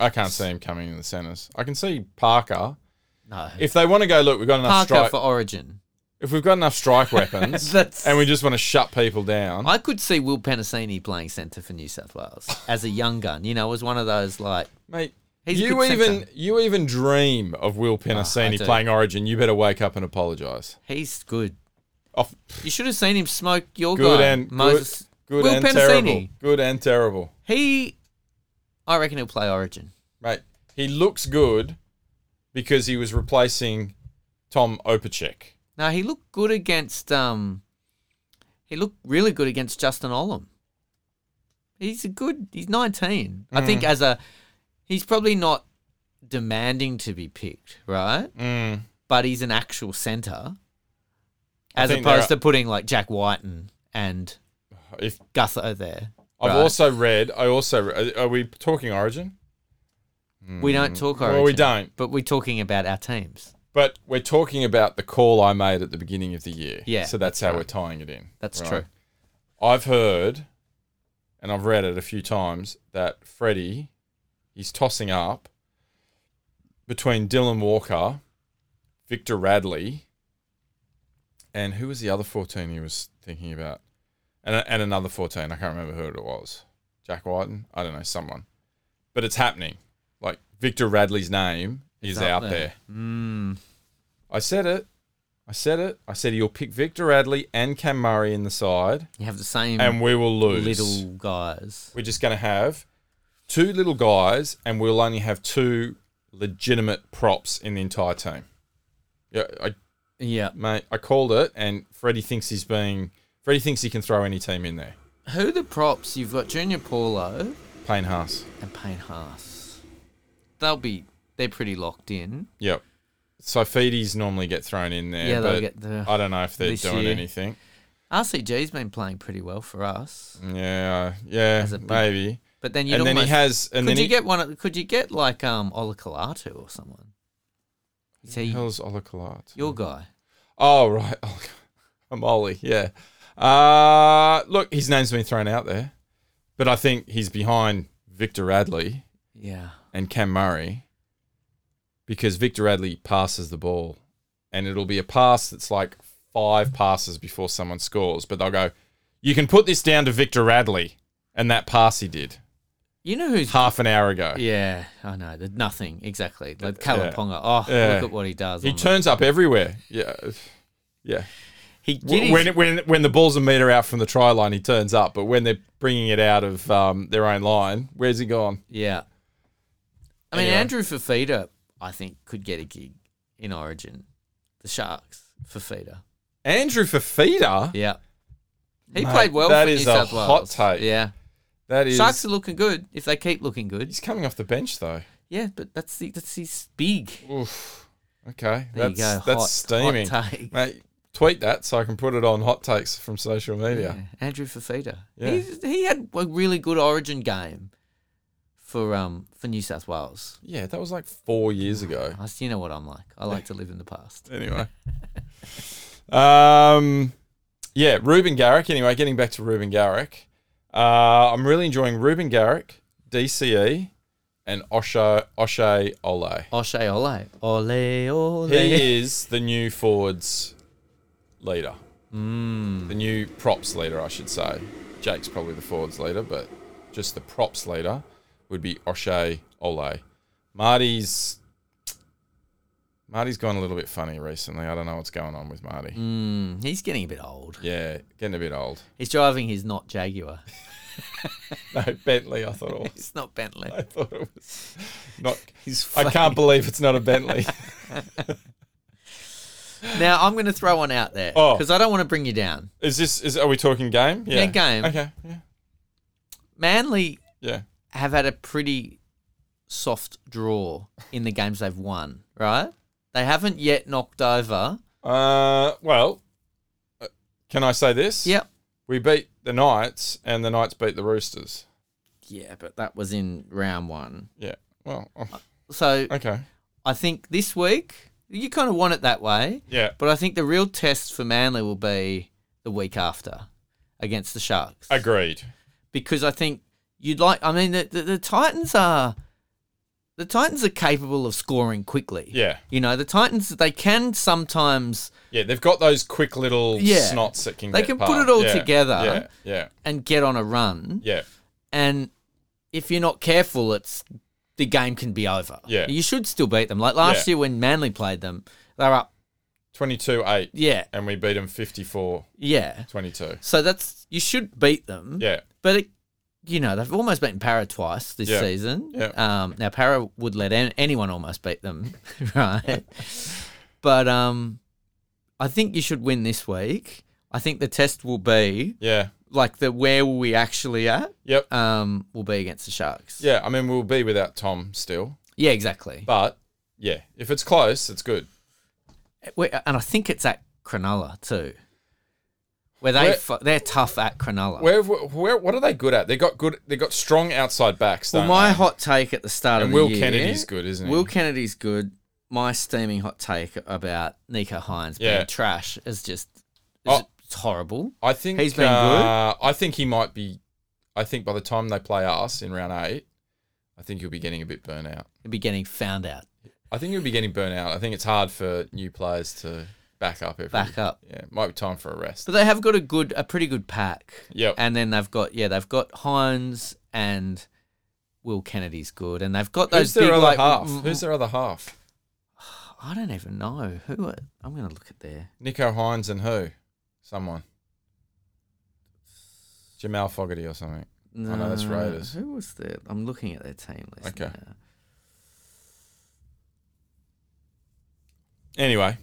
I can't see him coming in the centres. I can see Parker. No. If they want to go, look, we've got enough Parker strike. for Origin. if we've got enough strike weapons, That's- and we just want to shut people down, I could see Will Penasini playing centre for New South Wales as a young gun. You know, as one of those like mate. He's a you good even centre. you even dream of Will I Penasini do. playing Origin, you better wake up and apologise. he's good. Oh, You should have seen him smoke your good guy, and Moses. good, good Will and terrible. Penasini. Good and terrible, He, I reckon he'll play Origin. mate. He looks good because he was replacing Tom Opacek. Now he looked good against um, he looked really good against Justin Olam. He's a good. He's 19. I think Mm. as a, he's probably not demanding to be picked, right? Mm. But he's an actual centre, as think there opposed are- to putting like Jack Whiten and If Gutho there. I've right? also read, I also re- are we talking Origin? we don't talk Mm. Well, origin. we don't. But we're talking about our teams. But we're talking about the call I made at the beginning of the year. Yeah, So that's how we're tying it in. That's right? true. I've heard, and I've read it a few times, that Freddie is tossing up between Dylan Walker, Victor Radley, and who was the other 14 he was thinking about? And, and another 14. I can't remember who it was. Jack Whiten? I don't know, someone. But it's happening. Like, Victor Radley's name is up out there. there. I said it. I said it. I said you'll pick Victor Radley and Cam Murray in the side You have the same and we will lose. little guys. We're just going to have two little guys, and we'll only have two legitimate props in the entire team. Yeah, I Yeah. mate, I called it, and Freddie thinks he's being. Freddie thinks he can throw any team in there. Who the props? You've got Junior Paulo Payne Haas. and Payne Haas. They'll be. They're pretty locked in. Yep. Saifides normally get thrown in there. Yeah, they'll but get the- I don't know if they're this doing year. anything. RCG's been playing pretty well for us, Yeah, yeah, As a big- maybe. but then you And then he has. And could then you he, get one? of- Could you get like um Ola Kalatu or someone? Is he Hell's Ola Collard? your guy? Oh right, oh, I'm Ollie. Yeah. Uh, look, his name's been thrown out there, but I think he's behind Victor Radley Yeah, and Cam Murray because Victor Radley passes the ball, and it'll be a pass that's like five passes before someone scores, but they'll go, "You can put this down to Victor Radley." And that pass he did you know who's. half an hour ago. Yeah, I know. the- Nothing exactly. Like Yeah. Kalaponga. Oh, Yeah. look at what he does. He on the- turns up everywhere. Yeah, yeah. He did. W- his- when, when when the ball's a meter out from the try line, he turns up. But when they're bringing it out of um, their own line, where's he gone? Yeah. I mean, Anyway. Andrew Fafita, I think, could get a gig in Origin. The Sharks, Fafita. Andrew Fafita. Yeah. He Mate, played well that for is New a South hot Wales. take. Yeah. That is. Sharks are looking good if they keep looking good. he's coming off the bench though. Yeah, but that's the, that's his big. Oof. Okay, There you that's go. that's hot, steaming. Hot take. Mate, tweet that so I can put it on hot takes from social media. Yeah, Andrew Fafita. Yeah. He's, he had a really good Origin game for um for New South Wales. Yeah, that was like four years ago. I, you know what I'm like. I like to live in the past. Anyway. um, yeah, Ruben Garrick. Anyway, getting back to Ruben Garrick, uh, I'm really enjoying Ruben Garrick, DCE, and Osha Osha Ole. Oshay Ole. Ole Ole. He is the new forwards leader, the new props leader, I should say. Jake's probably the forwards leader, but just the props leader would be Osha Ole. Marty's Marty's gone a little bit funny recently. I don't know what's going on with Marty. He's getting a bit old. Yeah, getting a bit old. He's driving his not Jaguar. No, Bentley. I thought it was. It's not Bentley. I thought it was not. He's I can't believe it's not a Bentley. Now I'm going to throw one out there Oh. because I don't want to bring you down. Is this? Is are we talking game? Yeah, game. Okay. Yeah. Manly Yeah. have had a pretty soft draw in the games they've won. Right? They haven't yet knocked over. Uh, well, uh, can I say this? Yep. We beat the Knights, and the Knights beat the Roosters. Yeah, but that was in round one. Yeah. Well. oh, So Okay. I think this week you kind of want it that way. Yeah. But I think the real test for Manly will be the week after against the Sharks. Agreed. because I think you'd like. I mean, the, the, the Titans are the Titans are capable of scoring quickly. Yeah. you know the Titans they can sometimes Yeah. They've got those quick little Yeah. snots that can. They get can put past. it all Yeah, together. Yeah. Yeah. and get on a run, Yeah. and if you're not careful, it's the game can be over. Yeah. you should still beat them. Like last Yeah. year when Manly played them, they're up. Twenty-two eight, Yeah, and we beat them 54 yeah. 22. So that's you should beat them. Yeah. But it, you know, they've almost beaten Para twice this Yeah. season. Yeah. Um, now Para would let an- anyone almost beat them, right? but um, I think you should win this week. I think the test will be Yeah. like the where were we actually at? Yep. Um, will be against the Sharks. yeah, I mean, we'll be without Tom still. Yeah, exactly. But yeah, if it's close, it's good. We- and I think it's at Cronulla too, where they Where- fu- they're tough at Cronulla. Where, where, what are they good at? They got good. They got strong outside backs. well, don't my they? hot take at the start and of the Will year, Kennedy's good, isn't he? Will Kennedy's good. My steaming hot take about Nico Hines Yeah. being trash is just is Oh. it's horrible. I think He's been good. uh, I think he might be. I think by the time they play us in round eight, I think he'll be getting a bit burnt out. He'd be getting found out. I think he'll be getting burnt out. I think it's hard for new players to back up every. Back up. Yeah, might be time for a rest. But they have got a good, a pretty good pack. Yep. And then they've got yeah, they've got Hines and Will Kennedy's good, and they've got Who's those their big other like half? mm, Who's their other half? I don't even know who. Are, I'm gonna look at there. Nico Hines and who? Someone. Jamal Fogarty or something. I know Oh, that's Raiders. Who was the? I'm looking at their team list. Okay. now. Anyway,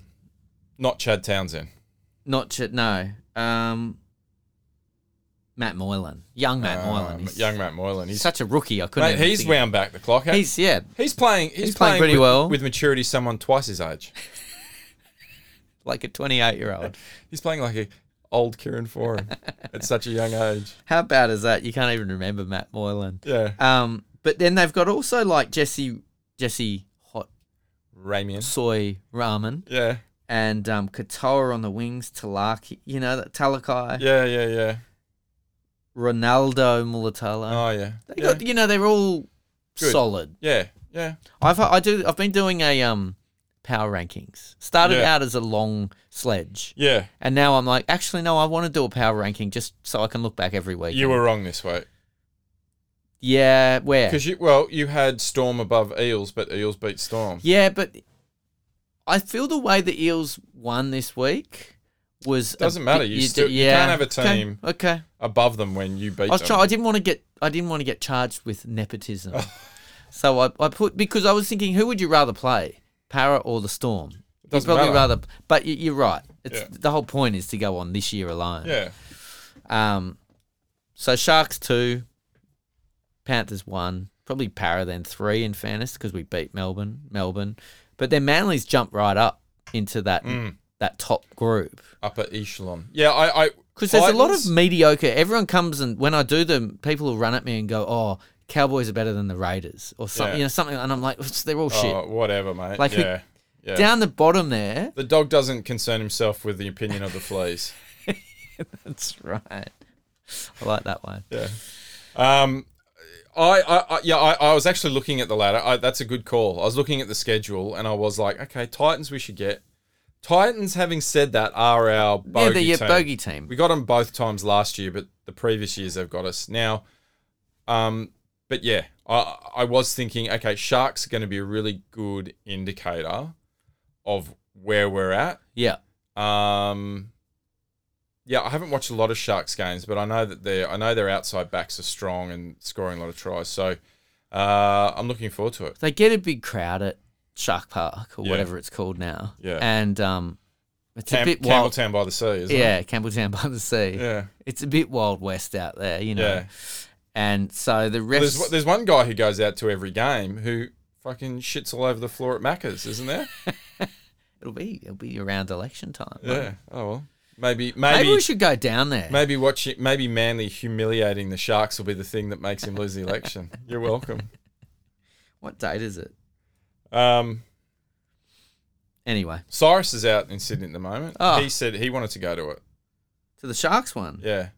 not Chad Townsend. Not Ch- no. Um, Matt Moylan, young Matt Uh, Moylan. He's young Matt Moylan. He's such a rookie. I couldn't. mate, even he's think- wound back the clock. He's yeah. He's playing. He's, playing pretty with, well. with maturity. Someone twice his age. like a 28 year old. He's playing like a old Kieran Foran at such a young age. How bad is that? You can't even remember Matt Moylan. Yeah, Um, but then they've got also like Jesse Jesse Hot Ramian. Soy Ramen Yeah, and um, Katoa on the wings, Talaki, you know, that Talakai, yeah, yeah, yeah. Ronaldo Mulatalo. Oh yeah, they yeah, got, you know, they're all Good. solid. yeah, yeah. I've I do I've been doing a um power rankings. Started Yeah. out as a long sledge. yeah. And now I'm like, actually, no, I want to do a power ranking just so I can look back every week. You were wrong this way yeah, where? because you well you had Storm above Eels, but Eels beat Storm. Yeah, but I feel the way the Eels won this week was a Doesn't matter, bit- you d- still- you can't have a Okay, team Okay, Above them when you beat I was them. trying. I didn't want to get. I didn't want to get charged with nepotism. so I, I put because I was thinking, who would you rather play, Para or the Storm? You'd Doesn't probably matter. rather. But you, you're right. It's, Yeah. The whole point is to go on this year alone. yeah, Um, so Sharks two, Panthers one, probably Para then three in fairness because we beat Melbourne. Melbourne, but then Manly's jumped right up into that Mm. that top group upper echelon. Yeah, I. I because there's a lot of Titans- mediocre. Everyone comes and when I do them, people will run at me and go, "Oh, Cowboys are better than the Raiders" or something, Yeah. you know, something, and I'm like, "They're all shit." Oh, whatever, mate. Like, we- yeah, yeah. Down the bottom there. the dog doesn't concern himself with the opinion of the fleas. That's right. I like that one. Um, I, I, I yeah, I, I was actually looking at the ladder. I, that's a good call. I was looking at the schedule and I was like, okay, Titans we should get. Titans, having said that, are our bogey Yeah, they're your team. bogey team. We got them both times last year, but the previous years they've got us now. Um, but yeah, I, I was thinking, okay, Sharks are going to be a really good indicator of where we're at. Yeah, Um, yeah, I haven't watched a lot of Sharks games, but I know that their I know their outside backs are strong and scoring a lot of tries. So uh, I'm looking forward to it. they get a big crowd at Shark Park or Yeah. whatever it's called now. Yeah. And um, it's a Cam- bit wild. Campbelltown by the sea, isn't yeah, Campbelltown by the sea. it? Yeah, It's a bit wild west out there, you know. yeah. And so the rest. There's there's one guy who goes out to every game who fucking shits all over the floor at Macca's, isn't there? it'll be it'll be around election time. won't Yeah. it? Oh well, maybe Maybe, maybe we should go down there. maybe watching maybe Manly humiliating the Sharks will be the thing that makes him lose the election. You're welcome. What date is it? Um, Anyway, Cyrus is out in Sydney at the moment. Oh. He said he wanted to go to it. to the Sharks one. Yeah.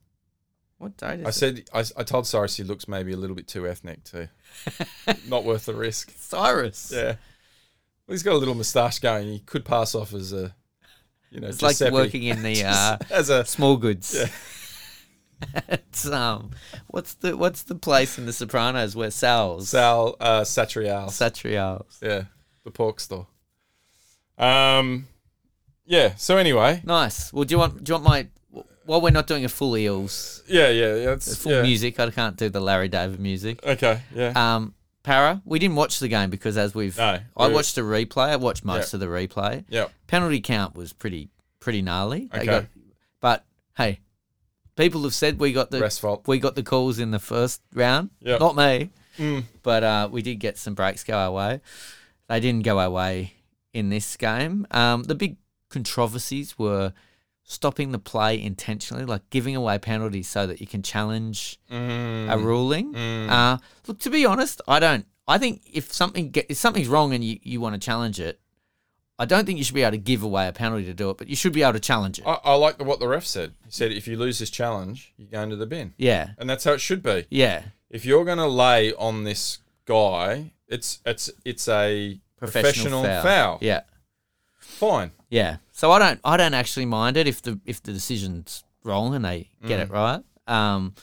What date is I it? said I, I told Cyrus he looks maybe a little bit too ethnic too. Not worth the risk. Cyrus. Yeah. Well, he's got a little moustache going. He could pass off as a, you know, It's like Giuseppe. working in the uh, as a small goods. it's um, what's the what's the place in The Sopranos where Sal's Sal uh, Satrial. Satrials? yeah, the pork store. Um, yeah. So anyway, Nice. Well, do you want do you want my while we're not doing a full eels yeah, yeah, yeah. It's, full yeah. music, I can't do the Larry David music. Okay. Yeah. Um, Para, we didn't watch the game because as we've No, I we- watched a replay. I watched most Yeah. of the replay. yeah. Penalty count was pretty pretty gnarly. They Okay. got- but hey, people have said we got the Restful. we got the calls in the first round. Yep. Not me, but uh, we did get some breaks go our way. They didn't go our way in this game. Um, the big controversies were stopping the play intentionally, like giving away penalties so that you can challenge Mm. a ruling. Uh, look, to be honest, I don't. I think if something get, if something's wrong and you, you want to challenge it, I don't think you should be able to give away a penalty to do it, but you should be able to challenge it. I, I like the, what the ref said. He said, if you lose this challenge, you go into the bin. yeah, And that's how it should be. yeah, If you're going to lay on this guy, it's it's it's a professional, foul. Yeah, Fine. yeah. So I don't, I don't actually mind it if the if the decision's wrong and they get Mm. it right. Um,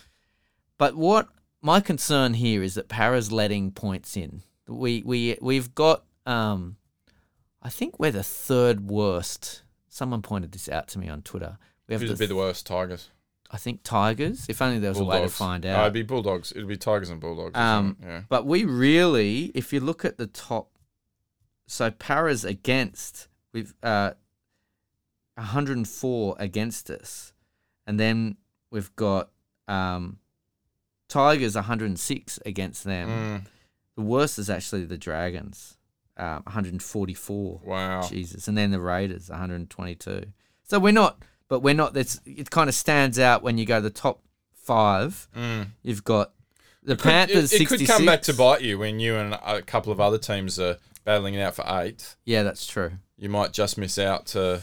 but what my concern here is that Para's letting points in. We we we've got, um, I think we're the third worst. Someone pointed this out to me on Twitter. We have Who's the, would be the worst? Tigers. I think Tigers. If only there was Bulldogs. a way to find No, out. it'd be Bulldogs. It'd be Tigers and Bulldogs. Um, Um, yeah. But we really, if you look at the top, so Paras against, we've uh, 104 against us. And then we've got um, Tigers 106 against them. Mm, The worst is actually the Dragons, um, 144. wow. Jesus. And then the Raiders, 122. So we're not, but we're not, that's, it kind of stands out when you go the top five. Mm. You've got the Could- Panthers. It, it could come back to 66. bite you when you and a couple of other teams are battling it out for eighth. Yeah, that's true. You might just miss out to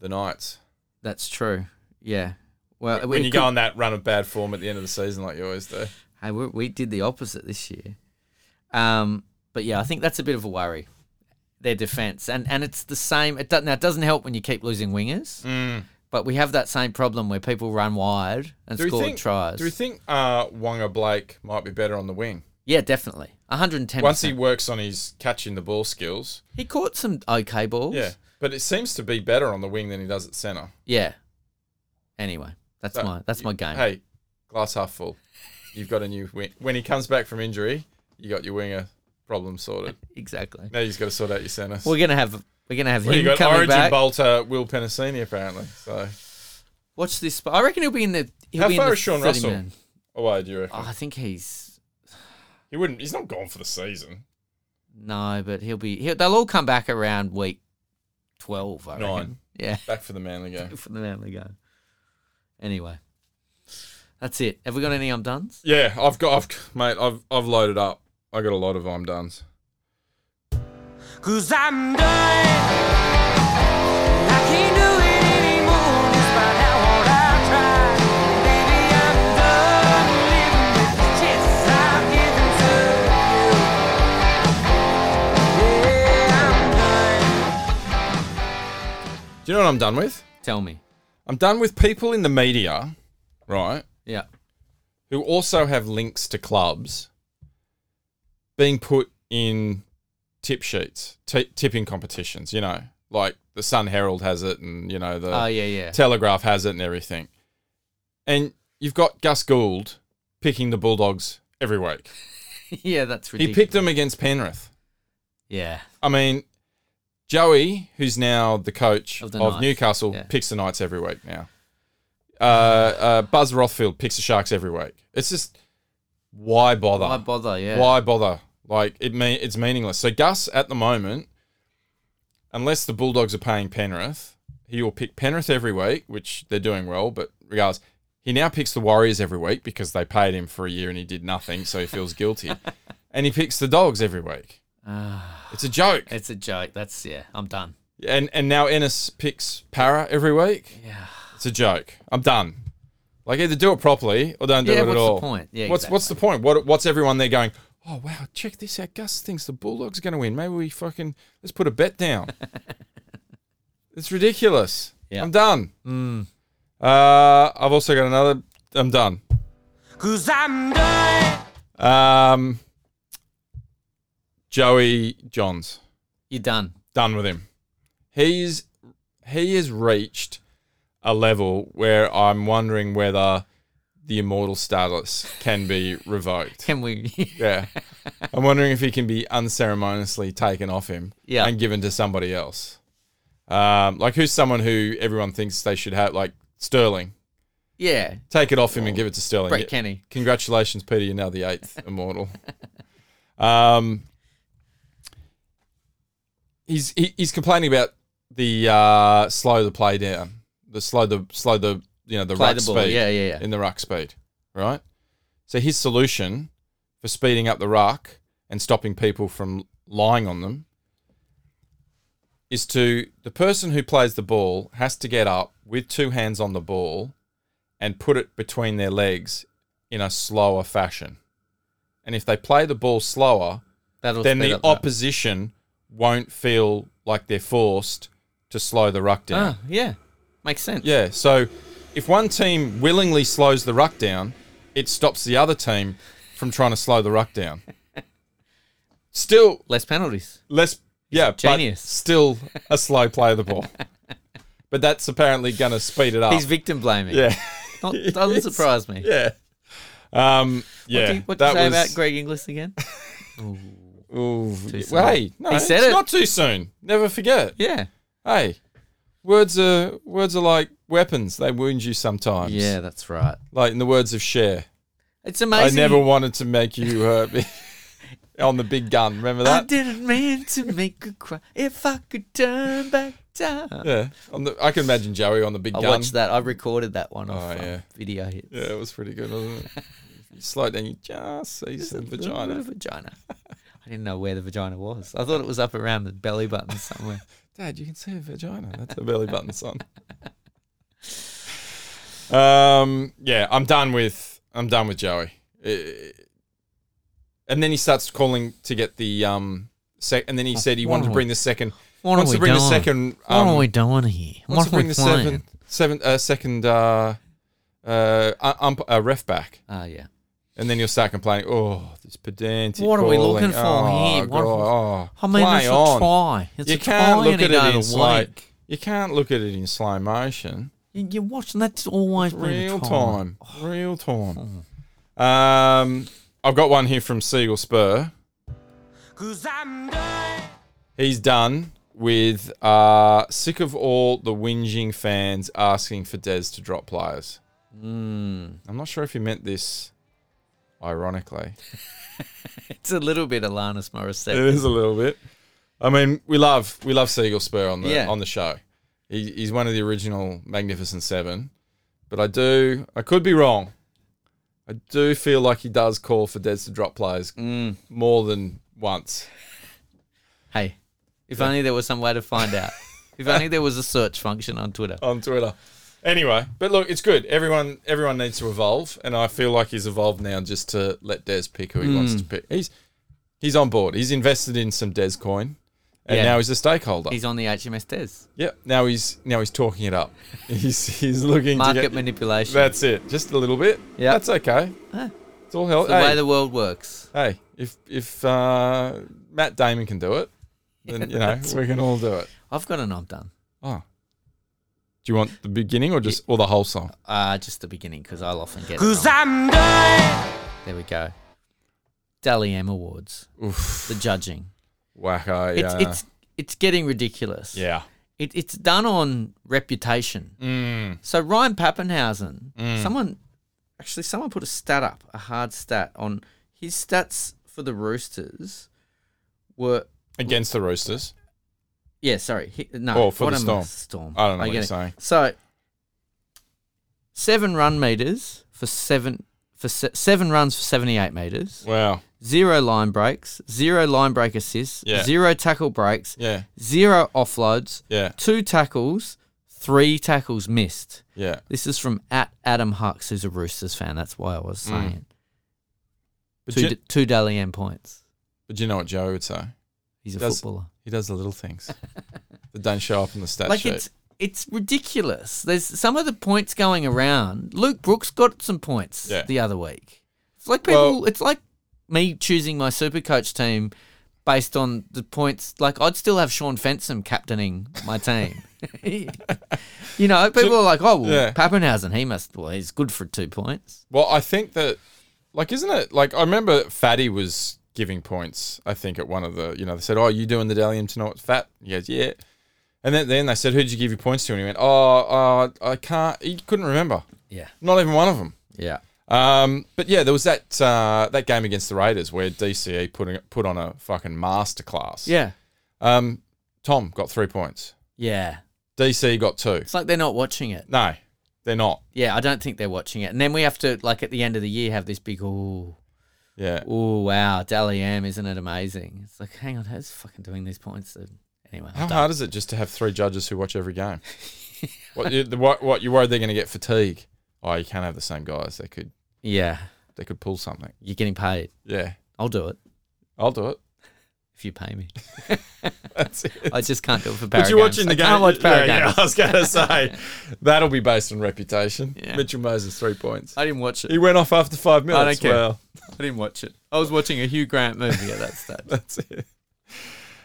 the Knights That's true. Yeah. Well, when it you could- go on that run of bad form at the end of the season, like you always do. hey, we, we did the opposite this year. Um, but yeah, I think that's a bit of a worry. Their defense, and and it's the same. It doesn't now it doesn't help when you keep losing wingers. Mm. But we have that same problem where people run wide and we score think, tries. Do we think uh, Wonga Blake might be better on the wing yeah, definitely. 110. once he works on his catching the ball skills? he caught some okay balls. Yeah, but it seems to be better on the wing than he does at centre. Yeah. Anyway, that's But my that's my game. Hey, glass half full. You've got a new wing. When he comes back from injury, you got your winger problem sorted. Exactly. Now you've got to sort out your centre. We're gonna have we're gonna have Well, you him got coming Origin back. Bolter, Will Penasini, apparently. So, Watch this. sp- I reckon he'll be in the. He'll How be in far the is Sean 30 Russell? man. away do you reckon? Oh, I think he's He wouldn't. He's not gone for the season. no, but he'll be. He'll, they'll all come back around week twelve. I Nine. reckon. Yeah, Back for the Manly game. for the Manly go. Anyway, that's it. Have we got any I'm done? Yeah, I've got, I've, mate. I've, I've loaded up. I got a lot of I'm done's. Cause I'm done. I can't do it anymore. Despite how hard I try. Baby, I'm done living with the chances I've given to you. Yeah, I'm done. Do you know what I'm done with? Tell me. I'm done with people in the media, right, Yeah. who also have links to clubs being put in tip sheets, t- tipping competitions. You know, like the Sun Herald has it, and you know the oh yeah, yeah. Telegraph has it and everything. And you've got Gus Gould picking the Bulldogs every week. yeah, that's He ridiculous. picked them against Penrith. Yeah, I mean, Joey, who's now the coach Of of, the Knights, Newcastle, yeah. picks the Knights every week now. Uh, uh, Buzz Rothfield picks the Sharks every week. It's just why bother? why bother? Yeah. Why bother? Like it mean it's meaningless. So Gus at the moment, unless the Bulldogs are paying Penrith, he will pick Penrith every week, which they're doing well. But regardless, he now picks the Warriors every week because they paid him for a year and he did nothing, so he feels guilty. and he picks the Dogs every week. it's a joke. It's a joke. That's yeah. I'm done. And and now Ennis picks Para every week. Yeah. It's a joke. I'm done. Like either do it properly or don't do Yeah, it at what's the all. point? Yeah, what's what's the point? What what's everyone there going? Oh wow, check this out. Gus thinks the Bulldogs are going to win. Maybe we fucking let's put a bet down. it's ridiculous. Yeah. Mm. I'm done. Uh, I've also got another. I'm done. Cause I'm done. Um, Joey Johns. You're done. done with him. He's he has reached a level where I'm wondering whether the immortal status can be revoked. Can we? Yeah. I'm wondering if he can be unceremoniously taken off him Yeah. and given to somebody else. Um, like who's someone who everyone thinks they should have like Sterling. Yeah. Take it off Oh. him and give it to Sterling. Brett Yeah. Kenny. Congratulations, Peter. You're now the eighth immortal. Um, he's he, he's complaining about the uh, slow the play down, the slow the slow the you know the Play ruck the ball. speed. Yeah, yeah, yeah. In the ruck speed, right? So his solution for speeding up the ruck and stopping people from lying on them is to the person who plays the ball has to get up with two hands on the ball and put it between their legs in a slower fashion. And if they play the ball slower, That'll then speed the up that. opposition won't feel like they're forced to slow the ruck down. Ah, yeah. Makes sense. Yeah, so if one team willingly slows the ruck down, it stops the other team from trying to slow the ruck down. Still Less penalties. less yeah, Genius. but still a slow play of the ball. But that's apparently going to speed it up. He's victim blaming. Ah. yeah. Not, doesn't surprise me. Yeah. Um, yeah. What do you, what do you that say was, about Greg Inglis again? Ooh, Too yeah, soon. well, hey, no, He said it's it. not too soon. Never forget. yeah. Hey, words are words are like weapons. They wound you sometimes. Yeah, that's right. Like in the words of Cher, It's amazing. I never wanted to make you hurt me. On the big gun, remember I that? didn't mean to make you cry. If I could turn back time. Yeah, on the, I can imagine Joey on the big I gun. watched that. I recorded that one off Oh, um, yeah. video hits. Yeah, it was pretty good, wasn't it? You Slow it down, you just see some Little vagina. vagina. I didn't know where the vagina was. I thought it was up around the belly button somewhere. Dad, you can see a vagina. That's a belly button song. um, yeah, I'm done with I'm done with Joey. Eh, And then he starts calling to get the um sec, and then he said he What wanted are to we- bring the second. what are wants to we bring the doing? second. What are Um, we doing here? wants What to are bring we the playing? seven, seven, uh, second uh, uh, ump, uh, ref back, Ah, yeah. and then you'll start complaining. Oh, this pedantic. What are we calling. looking for oh, here? What- God, oh, I mean, play it's on." a try. It's you a can't try look any at day it of in the slow. week. You can't look at it in slow motion. You- You're watching. That's always been a Real try. time, real time. Um, I've got one here from Siegel Spur. Cause I'm done. He's done with uh, sick of all the whinging fans asking for Des to drop players. I'm not sure if he meant this ironically. It's a little bit Alanis Morissette. It is a little bit. I mean, we love we love Siegel Spur on the Yeah. on the show. He, he's one of the original Magnificent Seven, but I do I could be wrong. I do feel like he does call for Des to drop plays Mm. more than once. Hey, if only there was some way to find out. if only there was a search function on Twitter. on Twitter. Anyway, but look, it's good. Everyone, everyone needs to evolve, and I feel like he's evolved now just to let Des pick who he wants Mm. to pick. He's he's on board. He's invested in some Des coin, and Yeah. now he's a stakeholder. He's on the HMS Des. yep. Now he's now he's talking it up. He's he's looking Market to get, manipulation. That's it. Just a little bit. Yep. Ah. That's okay. It's all hell. the way Hey, the world works. hey, if if uh, Matt Damon can do it, then you know That's- we can all do it. I've got an I'm done. Oh. Do you want the beginning or just or the whole song? Uh, just the beginning because I'll often get. it Cause wrong. I'm done. There we go. Dally M Awards. Oof. The judging. Wacko, It's yeah. it's it's getting ridiculous. yeah. It, it's done on reputation. Mm. So Ryan Pappenhausen, someone actually someone put a stat up, a hard stat on his stats for the Roosters were Against the Roosters. yeah, sorry, he, no, Oh, for what the am I- Storm. Storm. I don't know what get you're it. saying. So seven run meters for seven for se- seven runs for seventy eight meters, Wow. zero line breaks, zero line break assists, Yeah. zero tackle breaks, Yeah. zero offloads, Yeah. two tackles, three tackles missed. Yeah. This is from at Adam Hux, who's a Roosters fan. That's why I Mm. was saying But two you, d two Dally M points. but you know what Joe would say? He's a Does- footballer. He does the little things that don't show up in the stat Like sheet. it's it's ridiculous. There's some of the points going around. Luke Brooks got some points Yeah. the other week. It's like people. Well- it's like me choosing my super coach team based on the points. Like I'd still have Sean Fensom captaining my team. you know, people are like, "Oh, well, Yeah. Pappenhausen, he must. Well, he's good for two points." well, I think that, like, isn't it? Like, I remember Fatty was giving points, I think, at one of the, you know, they said, Oh, you doing the Dalium tonight, Fat? He goes, Yeah. And then, then they said, Who'd you give your points to? And he went, Oh, uh, I can't, he couldn't remember. Yeah. Not even one of them. Yeah. Um, but yeah, there was that uh, that game against the Raiders where DCE put put on a fucking masterclass. Yeah. Um, Tom got three points. Yeah. DC got two. It's like they're not watching it. No, they're not. Yeah, I don't think they're watching it. And then we have to, like, at the end of the year, have this big, ooh, Yeah. ooh, wow, Dally M, isn't it amazing? It's like, hang on, who's fucking doing these points? So, Anyway, How I'm done. hard is it just to have three judges who watch every game? what, you, the, what what you worried they're going to get fatigue? Oh, you can't have the same guys. They could yeah, they could pull something. you're getting paid. Yeah, I'll do it I'll do it. if you pay me. That's it. I just can't do it for Paragames. But you're watching the I game. can't watch yeah, Paragames. yeah, I was going to say that'll be based on reputation. Yeah. Mitchell Moses three points. I didn't watch it. He went off after five minutes. don't care. Well, I didn't watch it. I was watching a Hugh Grant movie at that stage. that's it.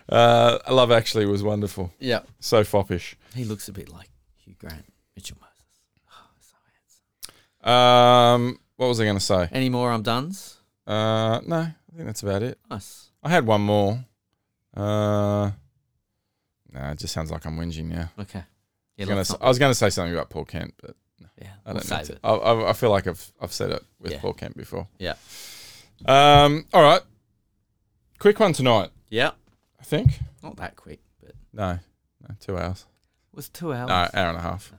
Uh, Love Actually was wonderful. yeah. So foppish. He looks a bit like Hugh Grant, Mitchell Moses. Um, what was I going to say? Any more I'm done's? Uh, no, I think that's about it. Nice. I had one more. Uh, no, it just sounds like I'm whinging now. Okay. I Yeah, was gonna let's s- not- I was going to say something about Paul Kent, but yeah I we'll don't know. save it. I, I, I feel like I've I've said it with Yeah. Paul Kent before. Yeah. Um, all right. Quick one tonight, Yeah. I think. Not that quick, but it No, no two hours. was two hours. No, hour and a half.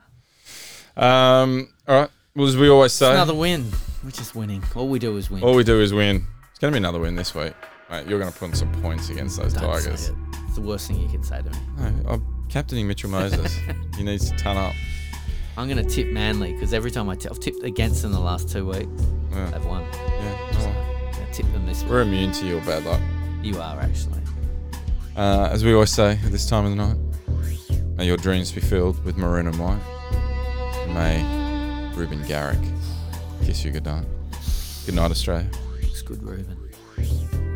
Um, all right. Well, as we always say, Another win. We're just winning. All we do is win. all we do is win. It's going to be another win this week. Mate, you're going to put in some points against those Don't say Tigers. it. It's the worst thing you can say to me. No, I'm captaining Mitchell Moses. he needs to turn up. I'm going to tip Manly because every time I tip, I've tipped against them the last two weeks. Yeah. They've won. Yeah, all right. I'm going to tip them this week. We're immune to your bad luck. You are actually. Uh, as we always say at this time of the night, may your dreams be filled with maroon and white. And May Ruben Garrick kiss you good night. Good night, Australia. It's good, Reuben.